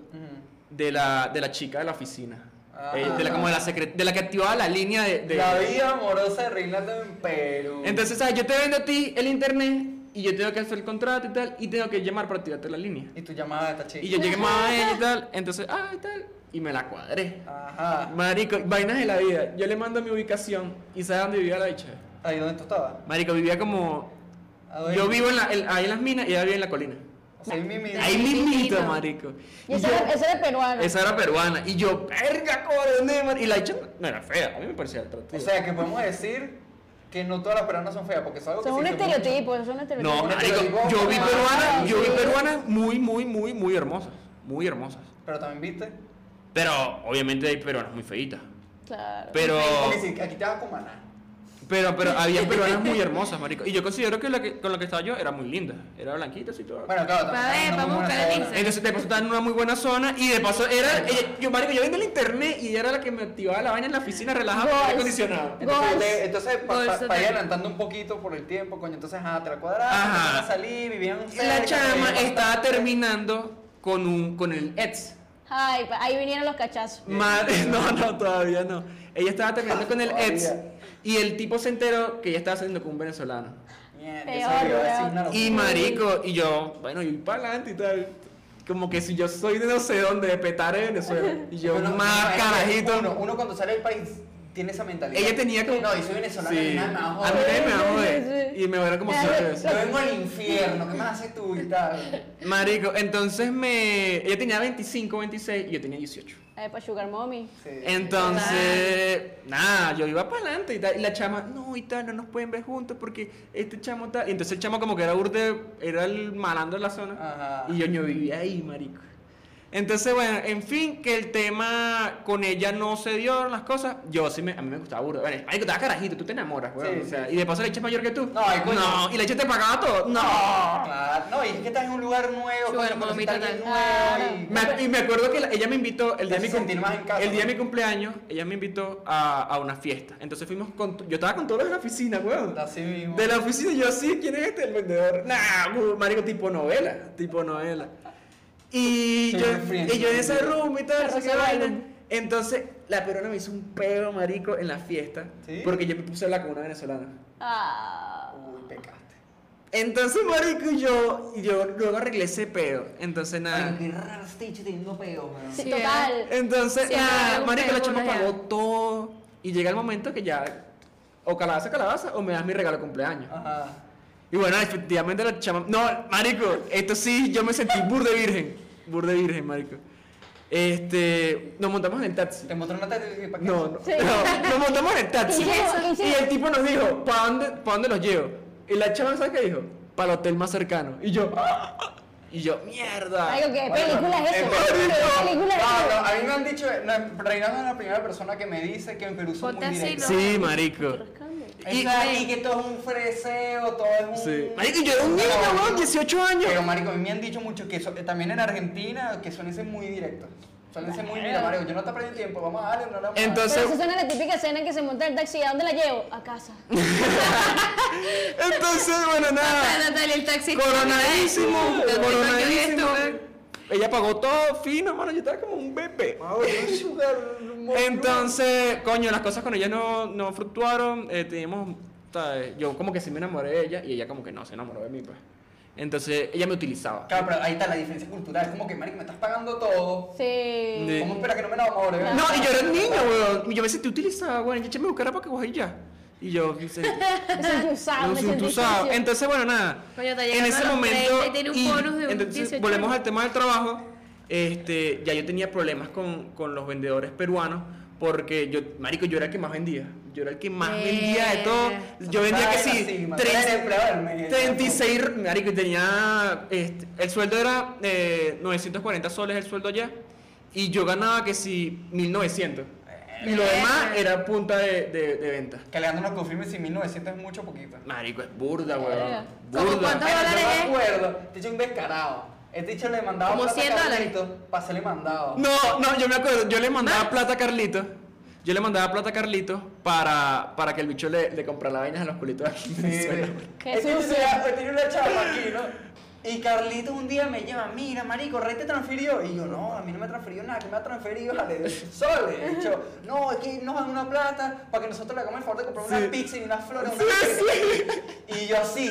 de la, de la chica de la oficina.
Ah.
Eh, de, la, como de, la secre- de la que activaba la línea de... de-
La vida amorosa de Reinaldo en Perú.
Entonces, ¿sabes? Yo te vendo a ti el internet y yo tengo que hacer el contrato y tal, y tengo que llamar para activarte la línea.
Y tu llamada a esta chica.
Y yo llegué más a ella y tal, entonces, ah, y tal, y me la cuadré.
Ajá.
Marico, vainas de la vida. Yo le mando mi ubicación y ¿sabes dónde vivía la bicha?
Ahí donde tú estabas.
Marico, vivía como...
¿A dónde?
Yo vivo en la, en- ahí en las minas y ella vive en la colina.
O sea, ahí mismo.
Ahí mismito, marico.
Y ese
yo-
era, ese era peruano.
Esa era peruana. Y yo, verga, cobre, ¿dónde es, mar-?" Y la hecha no era fea. A mí me parecía
O
atractiva.
sea, que podemos decir que no todas las peruanas son feas, porque es algo
Eso es
que
un
sí que mucho-
estereotipo, eso es un estereotipo.
no,
pero
marico,
digo,
yo vi
ah,
peruanas, yo vi
sí.
peruanas muy, muy, muy, muy hermosas. Muy hermosas.
Pero también viste.
Pero, obviamente, hay peruanas muy feitas.
Claro.
Pero,
Porque si aquí te vas con maná.
pero, pero había peruanas muy hermosas, marico. Y yo considero que, la que con la que estaba yo era muy linda. Era blanquita y todo.
Bueno, claro,
A ver,
también.
vamos a buscar el Instagram.
Entonces, de paso estaba en una muy buena zona y de paso era. ella- yo, marico, yo viendo el internet y ella era la que me activaba la vaina en la oficina relajada con el aire acondicionado.
Entonces,
Goals.
le- entonces para
Goals total.
ir adelantando un poquito por el tiempo, coño, entonces, ajá, te la cuadraste,
Ajá.
empezaron a salir, vivían cerca,
La chama
vivían
estaba
bastante.
terminando con un con el ex.
Ay, pa- ahí vinieron los cachazos.
Ma- no, no, todavía no. Ella estaba terminando con el ex
Todavía.
y el tipo se enteró que ella estaba saliendo con un venezolano.
Mierda,
Peor,
eso le iba a decir
weón.
una locura.
Y marico, y yo, bueno, y para adelante y tal. Como que si yo soy de no sé dónde, de Petare, Venezuela. Y yo,
Uno-
más
no, es que
carajito.
Uno, uno cuando sale del país tiene esa mentalidad.
Ella tenía como.
No, y soy venezolana,
Sí.
y nada, me va a
A mí
joder.
nadie me va a
Sí,
joder.
sí, sí.
Y me va a ver como
Claro.
siete veces.
Yo vengo al infierno, ¿qué más haces tú y tal?
Marico, entonces me. Ella tenía 25, 26 y yo tenía 18.
Ay, pa' Sugar Mommy.
Sí.
Entonces, nada, yo iba para adelante y tal. Y la chama, no, y tal, no nos pueden ver juntos porque este chamo tal. Y entonces el chamo, como que era urde, era el malandro de la zona.
Ajá.
Y yo, yo vivía ahí, marico. Entonces, bueno, en fin, que el tema con ella no se dio las cosas. Yo sí me, a mí me gustaba burda. Bueno, marico, te das carajito, tú te enamoras, weón.
Sí,
o sea,
sí.
Y de paso la hecha es mayor que tú.
No, ay, coño.
No, y la hecha te pagaba todo. No.
Claro, no, y es que estás en un lugar nuevo,
Sugar
coño,
mommy
conociste a alguien
total.
nuevo y-
Me ac- y me acuerdo que la- ella me invitó el día, de
Te
mi,
hace sentir más en casa,
el día de
¿no?
mi cumpleaños, ella me invitó a, a una fiesta. Entonces fuimos con, yo estaba con todos los de la oficina, weón.
Así mismo.
De la oficina, yo así, ¿quién es este? El vendedor. Nah, weón, marico, tipo novela, tipo novela. Y
Sí,
yo,
me fríen,
y yo en
sí,
ese
sí.
room y tal, no sé qué
se
vaina.
bailan.
Entonces, la peruana me hizo un peo marico en la fiesta.
¿Sí?
Porque yo me puse a hablar con una venezolana.
Ah.
Uy, pecaste.
Entonces, marico, y yo, y yo luego arreglé ese peo. Entonces, nada.
Ay, qué raro este Stitch teniendo peo, weón.
Sí,
Sí,
total.
Entonces,
Sí,
nada,
algún
marico, la
peo,
chama
una
pagó
ya.
todo. Y llega el momento que ya, o calabaza, calabaza, o me das mi regalo de cumpleaños.
Ajá.
Y bueno, efectivamente la chama. No, marico, esto sí, yo me sentí burde virgen. Burde virgen, marico. Este. Nos montamos en el taxi.
Te mostró una teta y ¿para qué?
No, no,
Sí.
no, nos montamos en el taxi.
¿Y eso?
Y el tipo nos dijo, ¿para dónde, pa dónde los llevo? Y la chama, ¿sabes qué dijo? Para el hotel más cercano. Y yo, ¡ah! y yo, mierda.
Marico, ¿qué película es eso? ¿Qué película es
Ah,
eso?
no, a mí me han dicho, no, Reinaldo es la primera persona que me dice que en Perú son muy
Ponte así,
directos.
no.
Sí, marico.
Y,
Y-
y que todo es un freseo, todo es un.
Sí. Marico, y yo era un niño, weón, 18 años.
Pero, marico, a mí me han dicho mucho que eso, eh, también en Argentina que suelen ser muy directos. Suelen ser muy, mira, marico, yo no te perdiendo tiempo, vamos a darle, no le vamos a dar".
Entonces-
Pero eso suena la típica escena en que se monta el taxi. ¿A dónde la llevo? A casa.
Entonces, bueno,
Ah,
nada.
Natalia, el taxi.
Coronadísimo,
Yo tengo que
coronadísimo.
ver esto.
Ella pagó todo fino, mano. Yo estaba como un bebé.
Ah, bueno, es un lugar-
Entonces, coño, las cosas con ella no, no fluctuaron. eh, teníamos, ¿sabes? Yo como que sí me enamoré de ella y ella como que no se enamoró de mí, pues. Entonces, ella me utilizaba.
Claro, pero ahí está la diferencia cultural. Es como que, marico, me estás pagando todo.
Sí.
Sí.
¿Cómo esperas que no me enamore?
No, y yo era un niño, weón. Y yo me sentí utilizada, weón. Yo eché me buscara para que vos y ya. Y yo, me sentí-
Me sentí usado,
yo
me
sentí
sentí
usado.
sucio.
Entonces, bueno, nada.
Coño, te
en
llegaron
ese
a los
momento.
30 y tiene un
y
bonus de un
entonces,
18
volvemos
años.
al tema del trabajo. Este, ya yo tenía problemas con, con los vendedores peruanos. Porque yo, marico, yo era el que más vendía. Yo era el que más vendía de todo. Yo vendía que sí,
tres
30 36, marico, y tenía, este, el sueldo era eh, 940 soles el sueldo allá, y yo ganaba que si 1900,
Eh,
y lo demás era punta de, de, de venta.
Que Alejandro nos confirme si 1900 es mucho o poquito.
Marico, es burda,
Verga.
weón,
¿Cómo
burda.
cuánto?
Bueno,
dólares es?
Yo me acuerdo, te dicho un descarado. Este dicho le mandaba
Como
plata a
100 dólares.
Carlito para hacerle mandado.
No, no, yo me acuerdo, yo le mandaba plata a Carlito, yo le mandaba plata a Carlito para, para que el bicho le, le comprara vainas a los culitos aquí en
Sí,
Venezuela.
sí.
Qué
Este dicho
sucio.
tenía- este tiene una chava aquí, ¿no? Y Carlito un día me llama, mira, marico, Rey te transfirió. Y yo, no, a mí no me transfirió nada, que me ha transferido a soles. Y yo, no, es que nos dan una plata para que nosotros le hagamos el favor de comprar
Sí.
unas pizzas y unas flores.
Sí,
sí. Y yo así.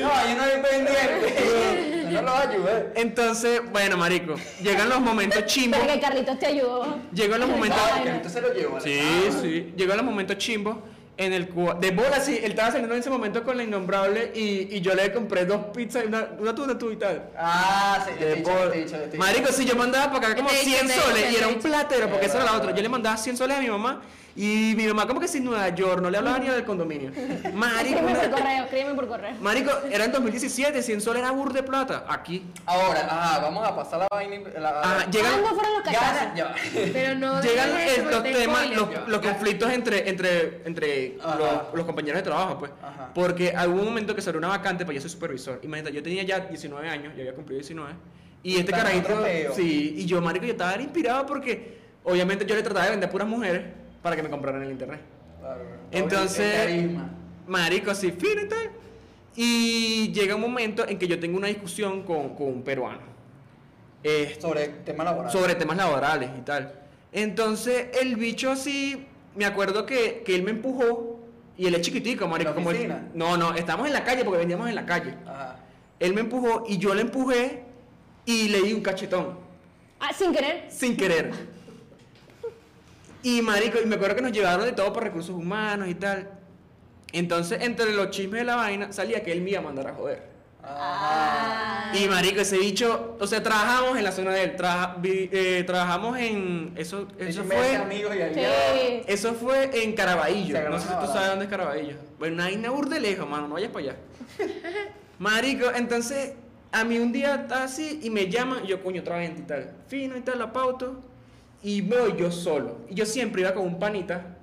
No, yo no soy pendiente. Yo no los ayudé.
Entonces, bueno, marico, llegan los momentos chimbos,
Verga, Carlitos te ayudó.
llegan los momentos...
Ay,
Porque
no.
Carlito se lo Ah, llevó.
Sí, sí. Llegó el momento chimbo en el cual. De bola, sí. Él estaba saliendo en ese momento con la innombrable y, y yo le compré dos pizzas, una, una tú, una tú y tal.
Ah, sí,
De
te he dicho,
bola.
te he dicho, te he dicho.
Marico, si yo mandaba para acá como
Te he dicho,
100
te he dicho,
soles y
te
era
he
un
dicho.
platero, porque
Eh,
esa era la
verdad,
otra. Yo le mandaba 100 soles a mi mamá y mi mamá, como que si en Nueva York, no le hablaba ni del condominio. Marico,
Escríbeme por
una-
correo, escríbeme por correo.
Marico, era en 2017, 100 soles era burda de plata. Aquí. ah,
Ahora, ajá, vamos a pasar la vaina. y- La,
Ajá, llegan.
Ah,
¿Cuándo fueron los
Gana,
cachazos?
ya va.
Pero no.
Llegan
digas
eh,
eso,
los
porque
temas,
spoiler.
los, los conflictos entre, entre, entre
Ajá.
los, los compañeros de trabajo, pues.
Ajá.
Porque hubo un momento que salió una vacante para yo soy supervisor. Imagínate, yo tenía ya 19 años, yo había cumplido 19. Y este
Estaba
carajito.
otro peo.
Sí, y yo, marico, yo estaba inspirado porque obviamente yo le trataba de vender a puras mujeres para que me compraran en el internet.
Claro,
Entonces-
el carisma.
Marico, así, fino y tal. Y llega un momento en que yo tengo una discusión con, con un peruano. Este,
Sobre el tema laboral.
sobre temas laborales y tal. Entonces, el bicho así, me acuerdo que, que él me empujó y él es chiquitico, marico.
¿La
como él-
oficina?
no, no, estábamos en la calle porque veníamos en la calle.
Ajá.
Él me empujó y yo le empujé y le di un cachetón,
Ah, sin querer.
sin querer. Y marico, y me acuerdo que nos llevaron de todo para recursos humanos y tal. Entonces, entre los chismes de la vaina, salía que él me iba a mandar a joder.
Ajá.
Ah.
Y marico, ese bicho, o sea, trabajamos en la zona de él, trabaja- vi- eh, trabajamos en, eso, eso
Ellos me
fue,
hacen amigos y aliados.
Sí.
eso fue en Caraballo,
Se
no sé si tú
grababa.
sabes dónde es Caraballo, bueno, hay una burda de lejos, mano, no vayas para allá. Marico, entonces, a mí un día está así y me llaman, y yo coño, otra gente y tal, fino y tal, la pauto, y me voy yo solo, y yo siempre iba con un panita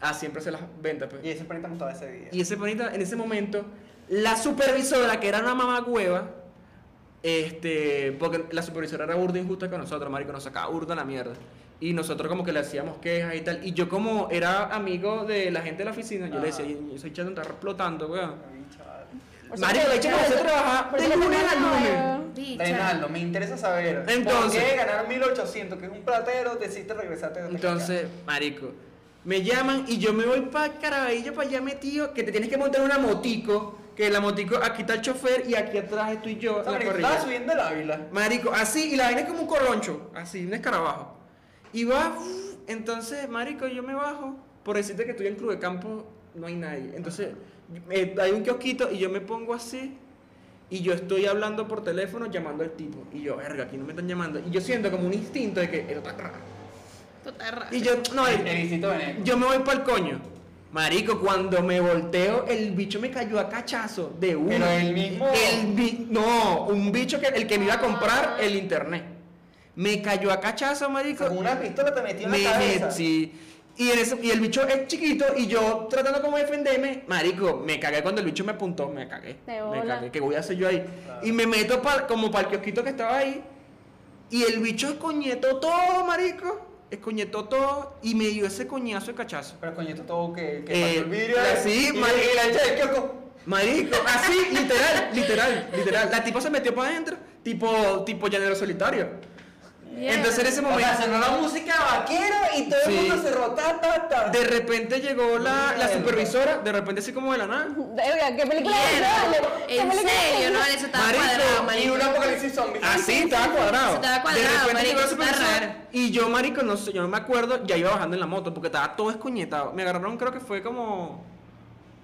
a siempre hacer las ventas, pues.
Y ese panita me estaba ese día.
Y ese panita, en ese momento, la supervisora, que era una mamá hueva, este, porque la supervisora era burda injusta con nosotros, marico, nos sacaba burda la mierda. Y nosotros como que le hacíamos quejas y tal. Y yo como era amigo de la gente de la oficina, yo le
Ajá.
decía, yo soy chato, está explotando, weón.
Ay, chaval.
Por eso
Marico,
te-
de hecho,
por
comencé a
eso-
trabajar
por
de
eso te
lunes a
tengo
lunes.
nuevo.
Bicha.
Reinaldo, me interesa saber.
Entonces-
¿Por qué ganar 1800, que es un platero, te hiciste regresarte de
Entonces, marico, me llaman y yo me voy para Caraballo, para allá metido, que te tienes que montar una motico, que la motico, aquí está el chofer y aquí atrás estoy yo. en la
estaba
corrida.
subiendo el Ávila.
Marico, así, y la vaina es como un coloncho, así, un escarabajo. Y va, uf, entonces, marico, yo me bajo, por decirte que estoy en Club de Campo, no hay nadie. Entonces, eh, hay un kiosquito y yo me pongo así, y yo estoy hablando por teléfono, llamando al tipo. Y yo, verga, aquí no me están llamando. Y yo siento como un instinto de que... el otro está raro. Y yo, no, eh, el-
Felicito Veneco.
yo me voy para el coño. Marico, cuando me volteo, el bicho me cayó a cachazo de uno.
Pero el mismo.
El bi- no, un bicho que el que me iba a comprar el internet. Me cayó a cachazo, marico.
Con una pistola te metió en
Me
la cabeza.
metí. Y, en ese- y el bicho es chiquito y yo tratando como de defenderme, marico, me cagué cuando el bicho me apuntó, me cagué.
De
me
bola.
cagué, ¿qué voy a hacer yo ahí? Y me meto pa- como para el kiosquito que estaba ahí y el bicho escoñetó todo, marico. Escoñetó todo y me dio ese coñazo de cachazo.
Pero coño, esto todo que, que
Eh,
partió el vidrio.
la- sí,
y,
marico.
y la hincha del kiosco.
Marico, así, literal, literal, literal. La tipa se metió para adentro, tipo, tipo llanero solitario.
Yeah.
Entonces en ese
O
momento...
sea, sonó la música vaquera y todo el
Sí.
mundo se rota, ta, ta.
De repente llegó
Ah,
la, la supervisora, de repente así como de la nada.
Verga, ¿Qué película es
Mierda.
esa? ¿Qué
En
película es
serio,
esa?
no, eso estaba
Marico,
cuadrado,
y
marico.
un apocalipsis zombie.
Así, estaba cuadrado.
Estaba cuadrado,
de repente llegó la
marico, está
supervisora
raro.
Y yo, marico, no sé, yo no me acuerdo, ya iba bajando en la moto porque estaba todo escoñetado. Me agarraron, creo que fue como.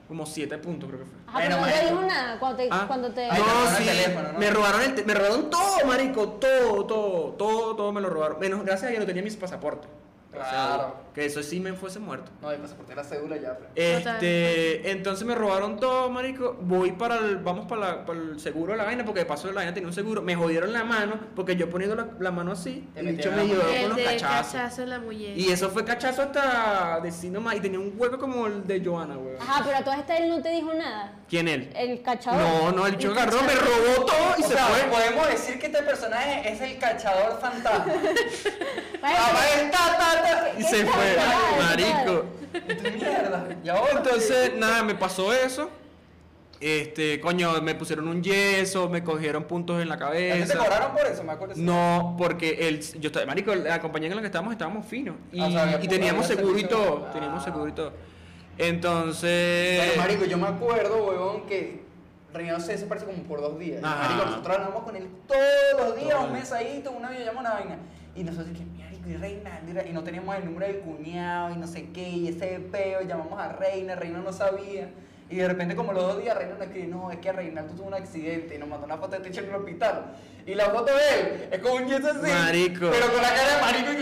como 7 puntos, creo que fue.
Ajá, pero
Bueno,
no te
marico.
dijo nada cuando te...
Ah,
Cuando te...
Ay,
no,
te robaron
sí,
el teléfono, ¿no?
me robaron el te- me robaron todo, marico, todo, todo, todo, todo me lo robaron. Menos gracias a Dios no tenía mis pasaportes. Gracias a Dios,
Claro.
Que eso sí me fuese muerto.
No, y pasaporte la cédula ya, pero.
Este, entonces me robaron todo, marico. Voy para el, vamos para, la- para el seguro de la vaina, porque de paso la vaina tenía un seguro. Me jodieron la mano, porque yo poniendo la, la mano así,
Te
el bicho
metieron
me
la
llevó
mano.
con
El
los
de
cachazos.
cachazo en la muñeca.
Y eso fue cachazo hasta decir nomás. Y tenía un hueco como el de Joana, weón.
Ajá, pero a todas estas él no te dijo nada.
¿Quién él?
El
No,
cachador.
no, el bicho
El
agarró, me
cachador.
robó todo y
O
se
sea,
fue.
podemos decir que este personaje es el cachador fantasma.
Bueno,
Ah,
Aparece, ta, ta, ta.
Y se fue, marico.
Y tú, mierda. Ya
No,
voy.
entonces, nada, me pasó eso. Este, coño, me pusieron un yeso, me cogieron puntos en la
¿A ti
cabeza.
te cobraron por eso? Me acuerdo. que sí.
No, porque el, yo estaba, marico, la compañía en la que estábamos, estábamos finos. Y,
Ah, o sea, había-
y teníamos
había
seguro y
servicio.
todo,
Ah.
teníamos seguro y todo. Entonces...
Pero, marico, yo me acuerdo, huevón, que Reinaldo se desapareció como por dos días.
Ajá.
Marico, nosotros hablábamos con él todos los días,
Todo.
un mesadito, una videollamada, una vaina. Y nosotros que marico, y Reinaldo, y Re- y no teníamos el número del cuñado, y no sé qué, y ese peo, llamamos a Reina, Reina no sabía. Y de repente, como los dos días, Reina nos escribe, no, es que Reinaldo tuvo un accidente, y nos mandó una foto de techo en el hospital. Y la foto de él es con un yeso así,
Marico.
pero con la cara de marico y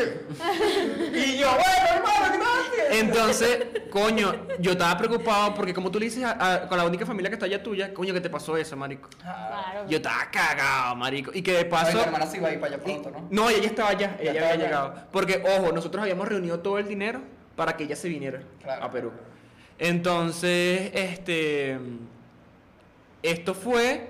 que... y yo, bueno, hermano, gracias.
Entonces, coño, yo estaba preocupado porque como tú le dices a- a- con la única familia que está allá tuya, coño, que te pasó eso, marico.
Ah,
Claro.
Yo estaba cagado, marico. Y que de
Ay,
paso...
mi hermana sí va a ir para allá pronto, ¿no?
No, ella estaba allá, ella
estaba
había
allá.
llegado. Porque, ojo, nosotros habíamos reunido todo el dinero para que ella se viniera
Claro.
a Perú. Entonces, este. Esto fue.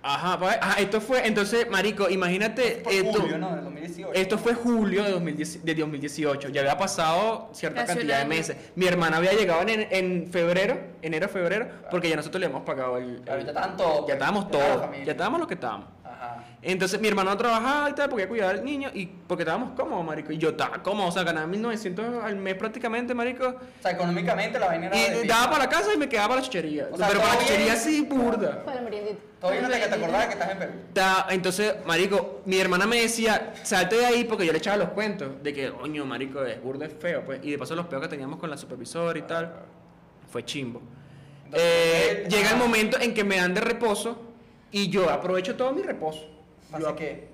Ajá, pa- ajá, esto fue. Entonces, Marico, imagínate.
Por
esto,
julio, ¿no? Del 2018.
esto fue julio de, 2010 de 2018. Ya había pasado cierta
Casi un
cantidad de
año.
meses. Mi hermana había llegado en, en febrero, enero, febrero, porque ya nosotros le hemos pagado el.
Claro,
el-
ya estaban todos,
Ya estábamos
ya estaba la
todos.
familia.
Ya estábamos los que estábamos.
Ajá.
Entonces mi hermano trabajaba y tal, porque cuidaba al niño y porque estábamos cómodos, marico. Y yo estaba cómodo, o sea, ganaba 1900 al mes prácticamente, marico.
O sea, económicamente la vaina era de
Y
pico.
daba para la casa y me quedaba para la chuchería.
O sea,
Pero para la
todo
chuchería
bien.
sí, burda.
Fue la meriendita.
Todo bien hasta que te acordabas que estás en Perú.
Ta- Entonces, marico, mi hermana me decía, salte de ahí porque yo le echaba los cuentos de que, coño, marico, es burda, es feo, pues. Y de paso los peos que teníamos con la supervisora y tal, fue chimbo.
Entonces,
Eh,
él-
llega el
ah.
momento en que me dan de reposo y yo aprovecho todo mi reposo. Yo
Pasa que,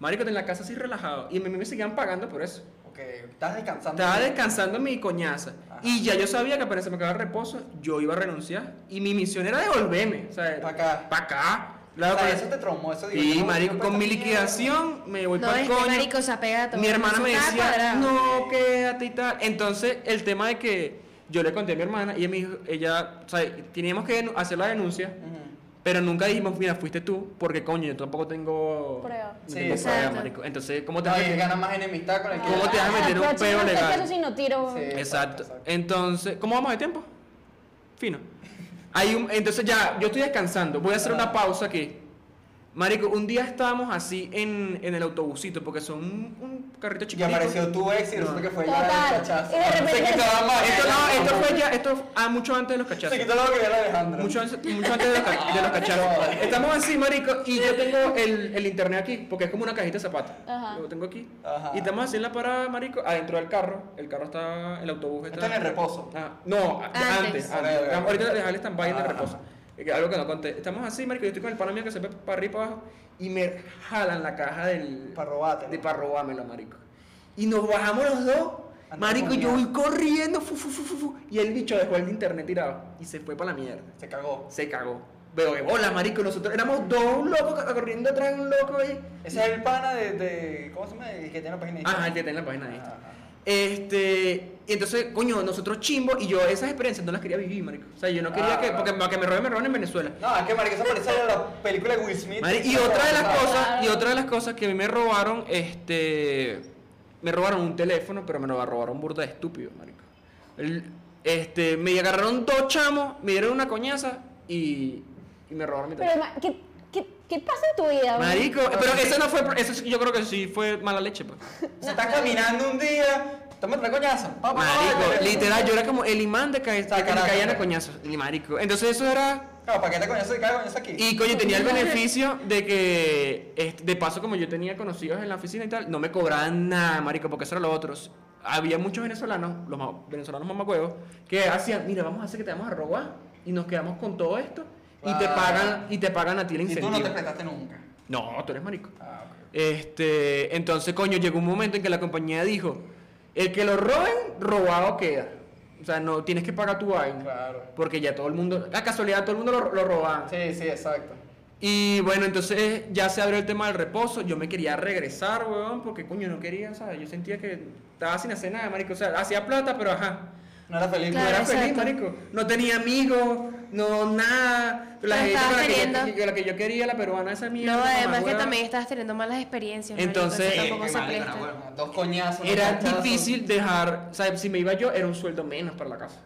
Marico, en la casa así relajado. Y a mí me seguían pagando por eso.
ok, estás descansando.
Estaba descansando mi coñaza.
Ajá.
Y ya yo sabía que apenas se me acababa el reposo, yo iba a renunciar. Y mi misión era devolverme.
Pa' acá.
Para acá.
O
Claro,
sea,
pero-
eso te traumó, eso digo, yo
Sí,
no-
marico,
yo
con mi
pensaba,
liquidación me voy
No,
para
es
el
que
coño.
marico se apega a todo.
Mi hermana me
Eso está
decía,
cuadrado.
no, quédate y tal. Entonces, el tema de que yo le conté a mi hermana y ella me dijo, ella, o sea, teníamos que denu- hacer la denuncia,
Ujú.
pero nunca dijimos, mira, fuiste tú, porque coño, yo tampoco tengo.
Prueba.
no
Sí,
tengo
exacto.
prueba, marico. Entonces, ¿cómo te
No,
vas a-
y gana más enemistad con el que...
¿Cómo te vas a meter un peo legal?
Eso si no tiro.
Sí.
güey.
Exacto.
Exacto, exacto.
Entonces, ¿cómo vamos de tiempo? Fino. Hay un, entonces ya, yo estoy descansando. Voy a hacer
Ah.
una pausa aquí. Marico, un día estábamos así en, en el autobusito, porque son un, un carrito
Y
chiquito.
apareció tu ex y resulta que fue ella la
Total. Y
chachazo.
de
Se
repente.
quitaba más.
Esto no, esto fue ya, esto ah, mucho antes de los cachazos.
Se quitó lo que era Alejandro.
Mucho, antes- mucho antes de los, ca- de los cachazos. Estamos así, marico, y yo tengo el, el internet aquí, porque es como una cajita de zapatos.
Ajá.
Lo tengo aquí.
Ajá.
Y estamos así en la parada, marico, adentro del carro. El carro está, el autobús está...
Está en el reposo.
Ah, no, a-
Antes.
antes. antes.
Ok, ok, ok.
Ahorita dejé el stand-by en el
Ajá.
reposo. Eh, que Algo que no conté. Estamos así, marico, yo estoy con el pana mío que se ve para arriba y para abajo y me jalan la caja del...
Pa' robártela.
De para robármela, marico. Y nos bajamos los dos.
Andamos
Marico,
ya.
yo voy corriendo, fu, fu, fu, fu, fu, y el bicho dejó el internet tirado y se fue para la mierda
Se cagó.
se cagó. Pero que bola, marico, nosotros éramos dos locos ca- corriendo atrás de un loco ahí.
Ese es el pana de, de ¿cómo se llama? El que tiene la página de
Ajá, el que está en la página de Instagram. Este, y entonces, coño, nosotros chimbo y yo esas experiencias no las quería vivir, marico. O sea, yo no quería
Ah,
que,
claro.
porque para que me roben, me roben en Venezuela.
No, es que marico, eso parece la película de Will Smith.
Madre, y otra de las
Claro.
cosas, y otra de las cosas que a mí me robaron, este, me robaron un teléfono, pero me lo robaron burda de estúpido, marico. El- este, me agarraron dos chamos, me dieron una coñaza y, y me robaron mi teléfono.
Pero, ma- ¿qué, qué, ¿qué pasa en tu vida? güey?
Marico, pero eso no fue, eso sí- yo creo que sí fue mala leche, pues.
O sea, estás caminando un día, tómate una coñazo. pa, pa, pa,
Marico,
pa,
literal, yo era como el imán de que
Está
de que me
carajo.
caían a coñazos, y marico. Entonces eso era,
Claro, ¿para qué te coñazo y cae coñazo aquí?
y coño, tenía el beneficio de que, este, de paso, como yo tenía conocidos en la oficina y tal, no me cobraban nada, marico, porque eso era lo otro. Había muchos venezolanos, los ma- venezolanos mamacuevos, que hacían, mira, vamos a hacer que te vamos a robar, y nos quedamos con todo esto, y te
Claro.
pagan, y te pagan a ti el
Y tú
incentivo.
no te prestaste nunca.
No, tú eres marico.
Ah, ok.
Este, entonces, coño, llegó un momento en que la compañía dijo, el que lo roben, robado queda. O sea, no tienes que pagar tu vaina.
Claro.
Porque ya todo el mundo, la casualidad, todo el mundo lo, lo robaban.
Sí, sí, exacto.
Y bueno, entonces ya se abrió el tema del reposo. Yo me quería regresar, weón, porque coño, no quería, ¿sabes? Yo sentía que estaba sin hacer nada, marico. O sea, hacía plata, pero ajá.
No era feliz.
No
Claro,
era feliz,
exacto.
marico. No tenía amigos, no nada. La
No
gente
estabas
con la, que yo,
queriendo.
con la que yo quería, la peruana, esa mierda.
No, además que
mamahueva.
también estabas teniendo malas experiencias. marico,
Entonces,
eso
eh,
tampoco
qué
se
marico,
presta.
no, bueno, este Dos coñazos. dos
Era
cachazos.
difícil dejar, o sea, si me iba yo, era un sueldo menos para la casa.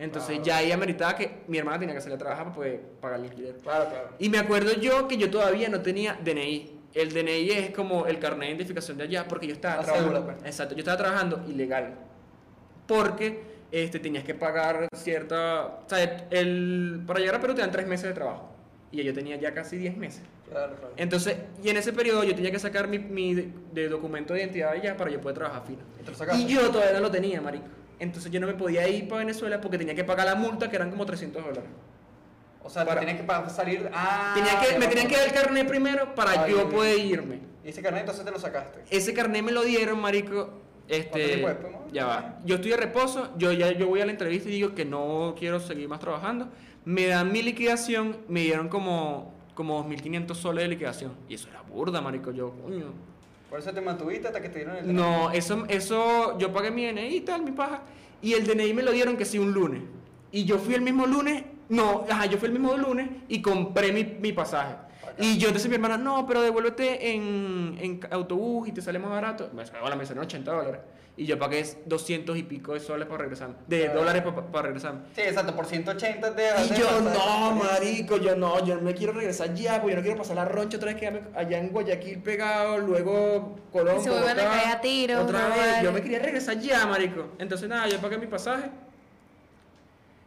Entonces
Ah.
ya ella meritaba que mi hermana tenía que salir a trabajar para poder pagar el alquiler.
Claro, claro.
Y me acuerdo yo que yo todavía no tenía DNI. El DNI es como el carnet de identificación de allá, porque yo estaba
La
trabajando.
cédula, pues.
Exacto, yo estaba trabajando ilegal. Porque este, tenías que pagar cierta. O sea, el, para llegar a Perú te dan tres meses de trabajo. Y yo tenía ya casi 10 meses.
Claro, claro.
Entonces, y en ese periodo yo tenía que sacar mi, mi de, de documento de identidad allá para yo poder trabajar fino.
¿Y te lo sacaste?
Y yo todavía no lo tenía, marico. Entonces yo no me podía ir para Venezuela porque tenía que pagar la multa que eran como 300 dólares.
O sea,
Para-
te tenías que pa- salir. Ah,
Tenía que,
ya me
me tenían que dar el carnet primero para
Ay,
yo
Dios.
poder irme.
Y ese carnet entonces te lo sacaste.
Ese carnet me lo dieron, marico.
¿Cuánto
Este,
tiempo después, no?
ya va. Yo estoy de reposo, yo ya yo voy a la entrevista y digo que no quiero seguir más trabajando. Me dan mi liquidación, me dieron como como 2.500 soles de liquidación. Y eso era burda, marico. Yo, coño,
Por eso te mantuviste hasta que te dieron el
No, eso, eso, yo pagué mi DNI y tal, mi paja, y el DNI me lo dieron que sí un lunes. Y yo fui el mismo lunes, no, ajá, yo fui el mismo lunes y compré mi, mi pasaje. Y yo decía a mi hermana, no, pero devuélvete en, en ca- autobús y te sale más barato. Me salió, hola, me salieron 80 dólares. Y yo pagué 200 y pico de soles para regresar, de
Claro.
dólares pa- pa- para regresar.
Sí, exacto, por 180 te
Y
dejaste
yo,
pasar.
no, marico, yo no, yo no me quiero regresar ya, porque yo no quiero pasar la roncha otra vez, quedarme allá en Guayaquil pegado, luego Colombia.
Se vuelven a
Bogotá,
caer a tiros,
Otra
no
vez,
vale.
yo me quería regresar ya, marico. Entonces, nada, yo pagué mi pasaje.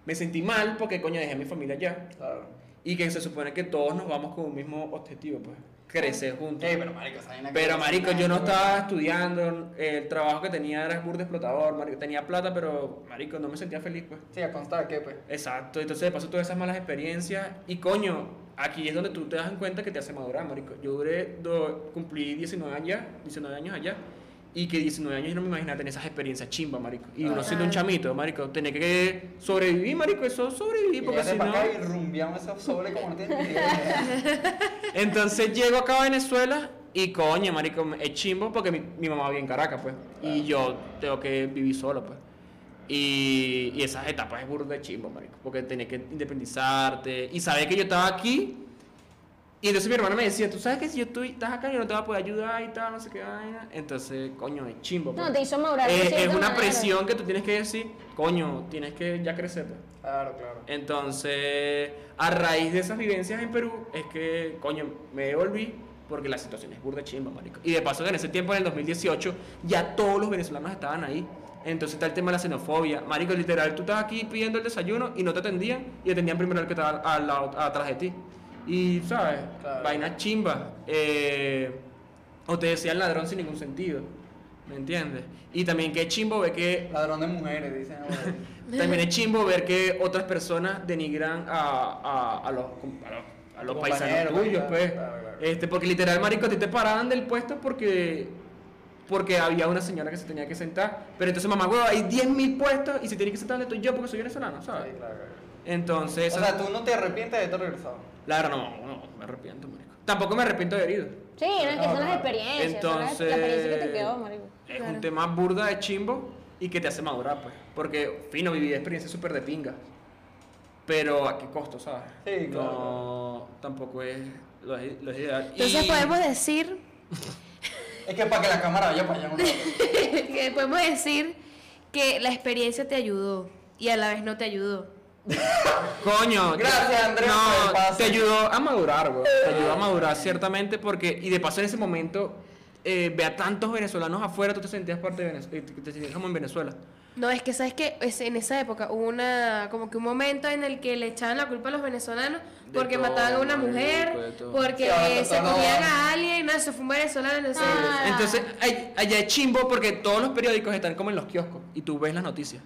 Me sentí mal porque, coño, dejé a mi familia allá.
Claro.
Y que se supone que todos nos vamos con un mismo objetivo, pues, crecer juntos.
Ey, Eh, pero marico, esa vaina que-
Pero, marico, yo no estaba estudiando, el trabajo que tenía era burda explotador, marico, tenía plata, pero, marico, no me sentía feliz, pues.
Sí, a constar que pues.
Exacto, entonces de paso todas esas malas experiencias y coño, aquí es donde tú te das cuenta que te hace madurar, marico. Yo duré, do- cumplí 19 años, 19 años allá y que 19 años yo no me imaginaba tener esas experiencias chimba, marico. Y uno
Ajá.
siendo un chamito, marico, tener que sobrevivir, marico, eso sobrevivir,
Y
porque
llegaste
si
pa'
no...
acá y rumbiamos esos sobres como no tienes ni idea.
Entonces llego acá a Venezuela y coño, marico, es chimbo porque mi, mi mamá vive en Caracas, pues. Y yo tengo que vivir solo, pues. Y, y esas etapas es burda de chimbo, marico. Porque tenés que independizarte. Y saber que yo estaba aquí Y entonces mi hermana me decía, tú sabes que si yo estoy, estás acá, yo no te voy a poder ayudar y tal, no sé qué vaina. Entonces, coño, es chimbo.
No,
pues.
te hizo madurar de
Eh, Es
cierta
una
manera.
presión que tú tienes que decir, coño, tienes que ya crecer. pues.
Claro, claro.
Entonces, a raíz de esas vivencias en Perú, es que, coño, me devolví porque la situación es burda chimba, marico. Y de paso que en ese tiempo, en el 2018, ya todos los venezolanos estaban ahí. Entonces está el tema de la xenofobia. Marico, literal, tú estás aquí pidiendo el desayuno y no te atendían y atendían primero al que estaba al lado, atrás de ti. Y, ¿sabes?
Claro.
Vaina chimba. Eh, o te decían ladrón sin ningún sentido. ¿Me entiendes? Y también que chimbo ve que
Ladrón de mujeres, dicen ahora.
también es chimbo ver que otras personas denigran a, a, a los, com- a los, a los
Compañeros,
paisanos tuyos,
claro,
pues.
claro, claro.
Este, porque literal, marico, a ti te paraban del puesto porque porque había una señora que se tenía que sentar. Pero entonces, mamá, huevo, hay 10.000 puestos y se tiene que sentar donde estoy yo porque soy venezolano, ¿sabes?
Sí, claro, claro.
Entonces,
O
eso-
sea, tú no te arrepientes de haber regresado.
claro, no, no, me arrepiento, marico. Tampoco me arrepiento de haber ido.
Sí, no, es que son las experiencias.
Ah, Entonces,
son las- la experiencia que te quedó, marico.
Es
Claro.
un tema burda de chimbo y que te hace madurar, pues. Porque, fino, viví experiencias súper de pinga. Pero a qué costo, ¿sabes?
Sí, claro,
No, tampoco es lo, lo ideal.
Entonces
Y-
podemos decir,
Es que para que la cámara vaya para allá un rato.
que podemos decir que la experiencia te ayudó y a la vez no te ayudó.
Coño.
Gracias, Andrea, por el
No,
pase. Eh.
te ayudó a madurar, güey. Te ayudó a madurar, ciertamente, porque. Y de paso, en ese momento, eh, ve a tantos venezolanos afuera, tú te sentías parte de Venezuela. Te sentías como en Venezuela.
No, es que sabes que en esa época hubo una, como que un momento en el que le echaban la culpa a los venezolanos
De
porque
todo,
mataban a una
marico, de
mujer,
todo.
porque
Sí, ahora
se
está todo.
comían a alguien, no, eso fue un venezolano, no sé.
Ah.
Entonces, ay- allá es chimbo porque todos los periódicos están como en los kioscos y tú ves las noticias.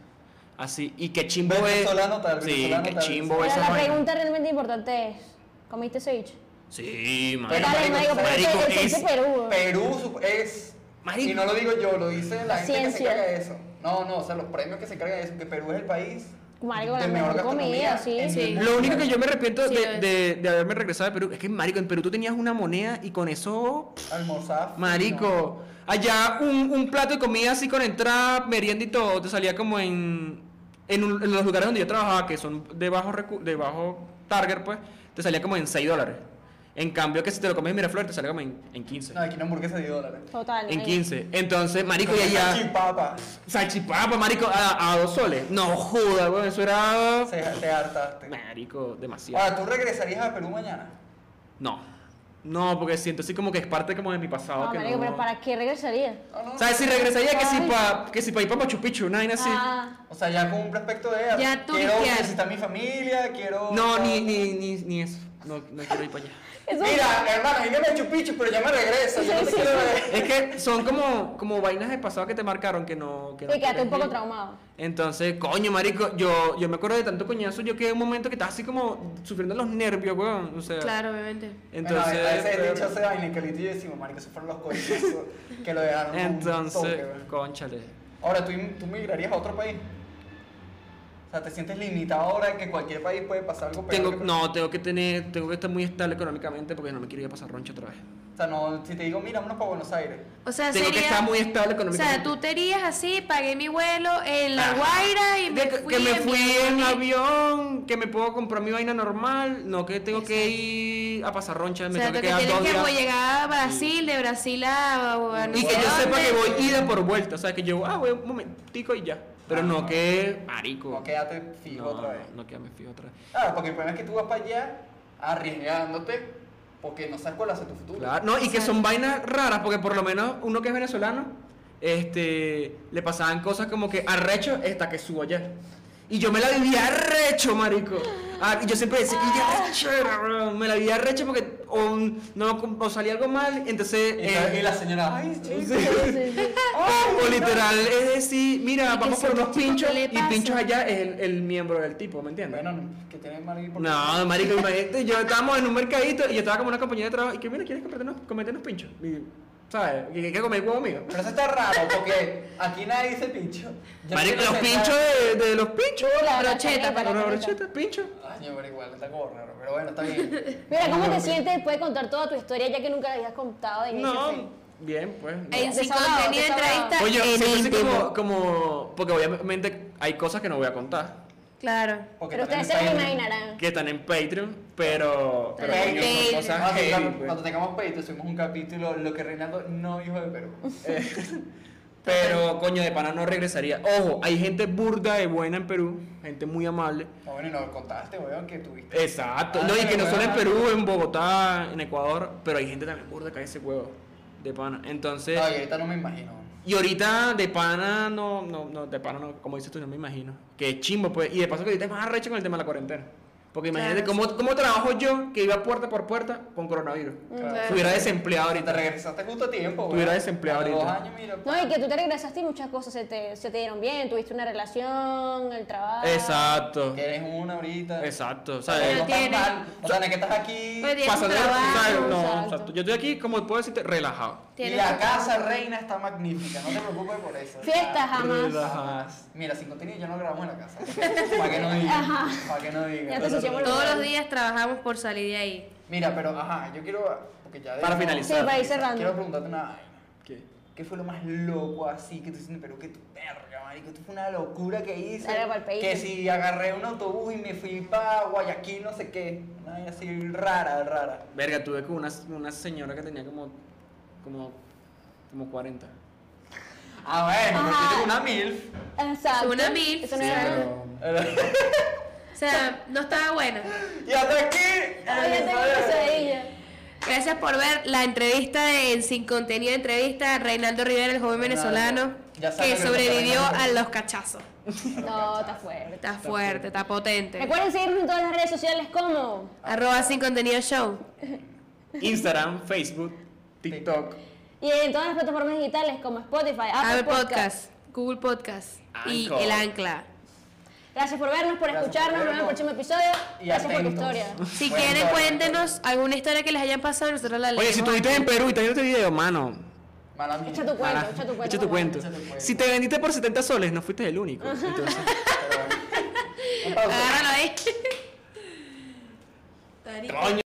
Así, y qué chimbo
Venezolano
es.
tal,
sí,
venezolano
qué
tal.
chimbo
Pero
esa
la
vaina.
pregunta realmente importante es, ¿comiste ceviche?
Sí,
¿Qué
marico.
tal, marico?
marico,
Porque
marico,
el ceviche
es-
Perú.
Perú su- es.
Marico.
Y no lo digo yo, lo dice la gente que se
Ciencia.
carga de eso. No, no, o sea, los premios que se cargan de eso, que Perú es el país.
Marico, la
de
mejor
gastronomía
comida, sí.
en el
Sí.
mundo.
Lo único que yo me arrepiento
Sí,
de,
lo es.
de- de haberme regresado de Perú es que, marico, en Perú tú tenías una moneda y con eso, pff,
Almorzar.
marico, allá un, un plato de comida así con entrada, merienda y todo, te salía como en, en, un- en los lugares donde yo trabajaba, que son de bajo, recu- de bajo target, pues, te salía como en 6 dólares. En cambio, que si te lo comes en Miraflores, te sale como en, en 15.
No, aquí una hamburguesa de 10 dólares.
Total.
en
marico.
15. Entonces, marico, y
Con
allá...
salchipapa.
Salchipapa, marico, a, a dos soles. No joda, weón, eso era...
Se, te hartaste.
Marico, demasiado.
Ahora, ¿tú regresarías a Perú mañana?
No. No, porque siento así como que es parte como de mi pasado
No,
que
marico,
ah, no-
pero ¿para qué regresaría?
No, no.
¿Sabes? Si regresaría que si
Ay.
pa, que si pa ir pa Machu Picchu, una vaina así.
Ah,
O sea, ya con un prospecto de.
Ya tú
quiero
cristiano.
visitar a mi familia, quiero.
No, ni, ni, ni, ni eso. No, no quiero ir para allá.
eso-
Mira, hermano, yo me Machu Picchu, pero ya me regreso. yo no te
Sí, sí,
quiero
sí.
ver.
Es que son como, como vainas del pasado que te marcaron que no. Que no
Te quedaste un
quieres
poco
ir.
traumado.
Entonces, coño, marico, yo, yo me acuerdo de tanto coñazo, yo quedé un momento que estaba así como sufriendo los nervios, weón. O sea.
Claro, obviamente.
Entonces.
Bueno, a veces he
pero-
dicho ese vaina que ahorita yo decimos, marico, esos fueron los cochazos que lo dejaron. un toque,
entonces,
¿verdad?
conchale.
ahora, ¿tú, ¿tú migrarías a otro país? O sea, ¿te sientes limitado ahora en que cualquier país puede pasar algo peor?
Tengo,
que-
no, tengo que tener, tengo que estar muy estable económicamente porque no me quiero ir a pasar roncha otra vez.
O sea, no, si te digo, mira, uno para Buenos Aires.
O sea,
Tengo que
sería-
estar muy estable
O sea,
económicamente.
tú te irías así, pagué mi vuelo en La
Ajá.
Guaira y me
Ah. De-
fui
que me
en
fui en
mi-
avión, que me puedo comprar mi vaina normal, no que tengo que ir a pasar roncha,
O
me
sea,
tengo
tú
que
que
quedar
tienes
dos
que
días.
pues, llegar a Brasil, de Brasil a... a no
Y
sé
que yo sepa
dónde.
que voy ida por vuelta, o sea, que yo, ah, voy un momentico y ya. Pero
Ah,
no,
no.
que, marico.
No quédate fijo
no,
otra vez.
No, no, que me fijo otra vez.
Claro, porque el problema es que tú vas para allá arriesgándote porque no sabes cuál va a ser tu futuro.
Claro, no, y que son vainas raras, porque por lo menos uno que es venezolano, este, le pasaban cosas como que arrecho hasta que subo ya. Y yo me la vivía arrecho, marico. Ah, y yo siempre decía, y arrechera, bro. Me la vivía arrecho porque o, no, o salía algo mal, entonces...
Y,
eh,
y la señora, ay, chico.
Sí, sí, sí.
o literal es decir, mira,
Oh, Y que
vamos por
ese
unos
chico,
pinchos
¿qué le
y
pasa?
pinchos allá es el, el miembro del tipo, ¿me entiendes?
Bueno, no, que tienes mal ahí porque-
No, marico, imagínate, yo estábamos en un mercadito y yo estaba como una compañía de trabajo y que mira, ¿quieres comprarte unos, comerte unos pinchos? Y, ¿Sabes? ¿Qué, qué comer huevo mío?
Pero eso está raro porque aquí nadie dice pincho. Yo
Marico,
quiero
los
pensar-
pinchos de, de los pinchos.
La
brocheta,
brocheta,
Una
la
brocheta, pincho.
Ay, pero igual, está como raro. Pero bueno, está bien.
Mira, ¿cómo te
Bueno,
sientes después de contar toda tu historia ya que nunca la habías contado de inicio? a
No,
fin?
bien, pues. no.
En sin
Desahogado,
contenido de
desahogado.
entrevista
Oye,
en
siempre así
íntimo.
como, como. Porque obviamente hay cosas que no voy a contar.
Claro.
Porque
Pero
también
ustedes se lo
está en-
imaginarán.
que están en Patreon, pero, pero
Patreon.
coño, son cosas
Ah, Cuando
heavy,
tengamos-
pues.
Cuando tengamos Patreon, subimos un capítulo, lo que Reinaldo no hijo de Perú. Ah,
Eh, pero coño, de pana no regresaría. Ojo, hay gente burda y buena en Perú, gente muy amable.
No, bueno, y nos contaste, weón, que tuviste.
Exacto.
Ah,
no, y que no
weón.
solo en Perú, en Bogotá, en Ecuador, pero hay gente también burda que cae ese huevo de pana. Entonces,
Ay, ahorita no me imagino.
y ahorita de pana no, no, no, de pana no, como dices tú, no me imagino. Que chimbo, pues. Y de paso que ahorita es más arrecho con el tema de la cuarentena. Porque imagínate
Claro,
cómo, cómo trabajo yo que iba puerta por puerta con coronavirus.
Claro.
Estuviera desempleado
Ahorita
ahorita.
regresaste justo a tiempo, weón.
Estuviera desempleado
A los Dos
ahorita.
años, mira.
No, y que tú te regresaste y muchas cosas se te, se te dieron bien, tuviste una relación, el trabajo.
Exacto.
Que eres una ahorita.
Exacto. O sea,
¿Sabes?
Pero
No estás
tiene-
mal. O sea, no es que estás aquí.
Pues
Pero tiene-
pasando
tu trabajo,
¿sabes? No,
exacto.
exacto. Yo estoy aquí, como puedo decirte, relajado.
Y
Tienes
la
tu-
casa reina está magnífica, no te preocupes por eso.
Fiesta jamás.
Relajado.
Mira, sin contenido ya no grabamos en la casa. Para que no digas. Para que no
Ya
digas.
te escuché
Todos los días trabajamos por salir de ahí.
Mira, pero ajá, yo quiero. Porque ya
Para
debemos-
Sí,
finalizar.
para ir cerrando.
Quiero preguntarte una vaina.
¿Qué?
¿Qué fue lo más loco así que tú hiciste en Perú? Que tu verga, marico, esto fue una locura que hice.
Dale pa'l peito.
que si agarré un autobús y me fui para Guayaquil, no sé qué. Una vaina así rara, rara.
Verga, tuve con una, una señora que tenía como, como, como 40.
Ah, bueno, pero
Ajá.
tiene una mil.
Exacto.
Una mil.
Eso no era
Sí,
nada.
O sea, no estaba buena.
y hasta aquí.
Ay, yo Ah, tengo pesadilla.
Gracias por ver la entrevista de En Sin Contenido Entrevista Reinaldo Rivera, el joven venezolano,
Ya sabe
que
que lo
sobrevivió
está
a
Reinaldo.
los cachazos.
No, está fuerte.
Está fuerte, está potente.
Recuerden seguirnos en todas las redes sociales como
Arroba Sin Contenido Show.
Instagram, Facebook, TikTok.
y en todas las plataformas digitales como Spotify, Apple
Apple
Podcast.
Podcast, Google Podcast y
Anchor.
el Ancla.
Gracias por vernos, por
Gracias por
escucharnos. Nos vemos en el
vernos.
próximo episodio.
Y
Gracias por tu
atentos.
historia.
Si
Bueno,
quieren,
bueno.
cuéntenos alguna historia que les hayan pasado, nosotros la leemos.
Oye, si estuviste en Perú y te viendo este video, mano.
Mala mía.
Echa tu cuento,
carajo,
echa tu cuento.
echa tu
por
cuento.
Echa tu cuento.
Si te vendiste por 70 soles, no fuiste el único. Entonces,
Pero bueno. Un pausa.
Agárralo ahí. Tarita.
coño.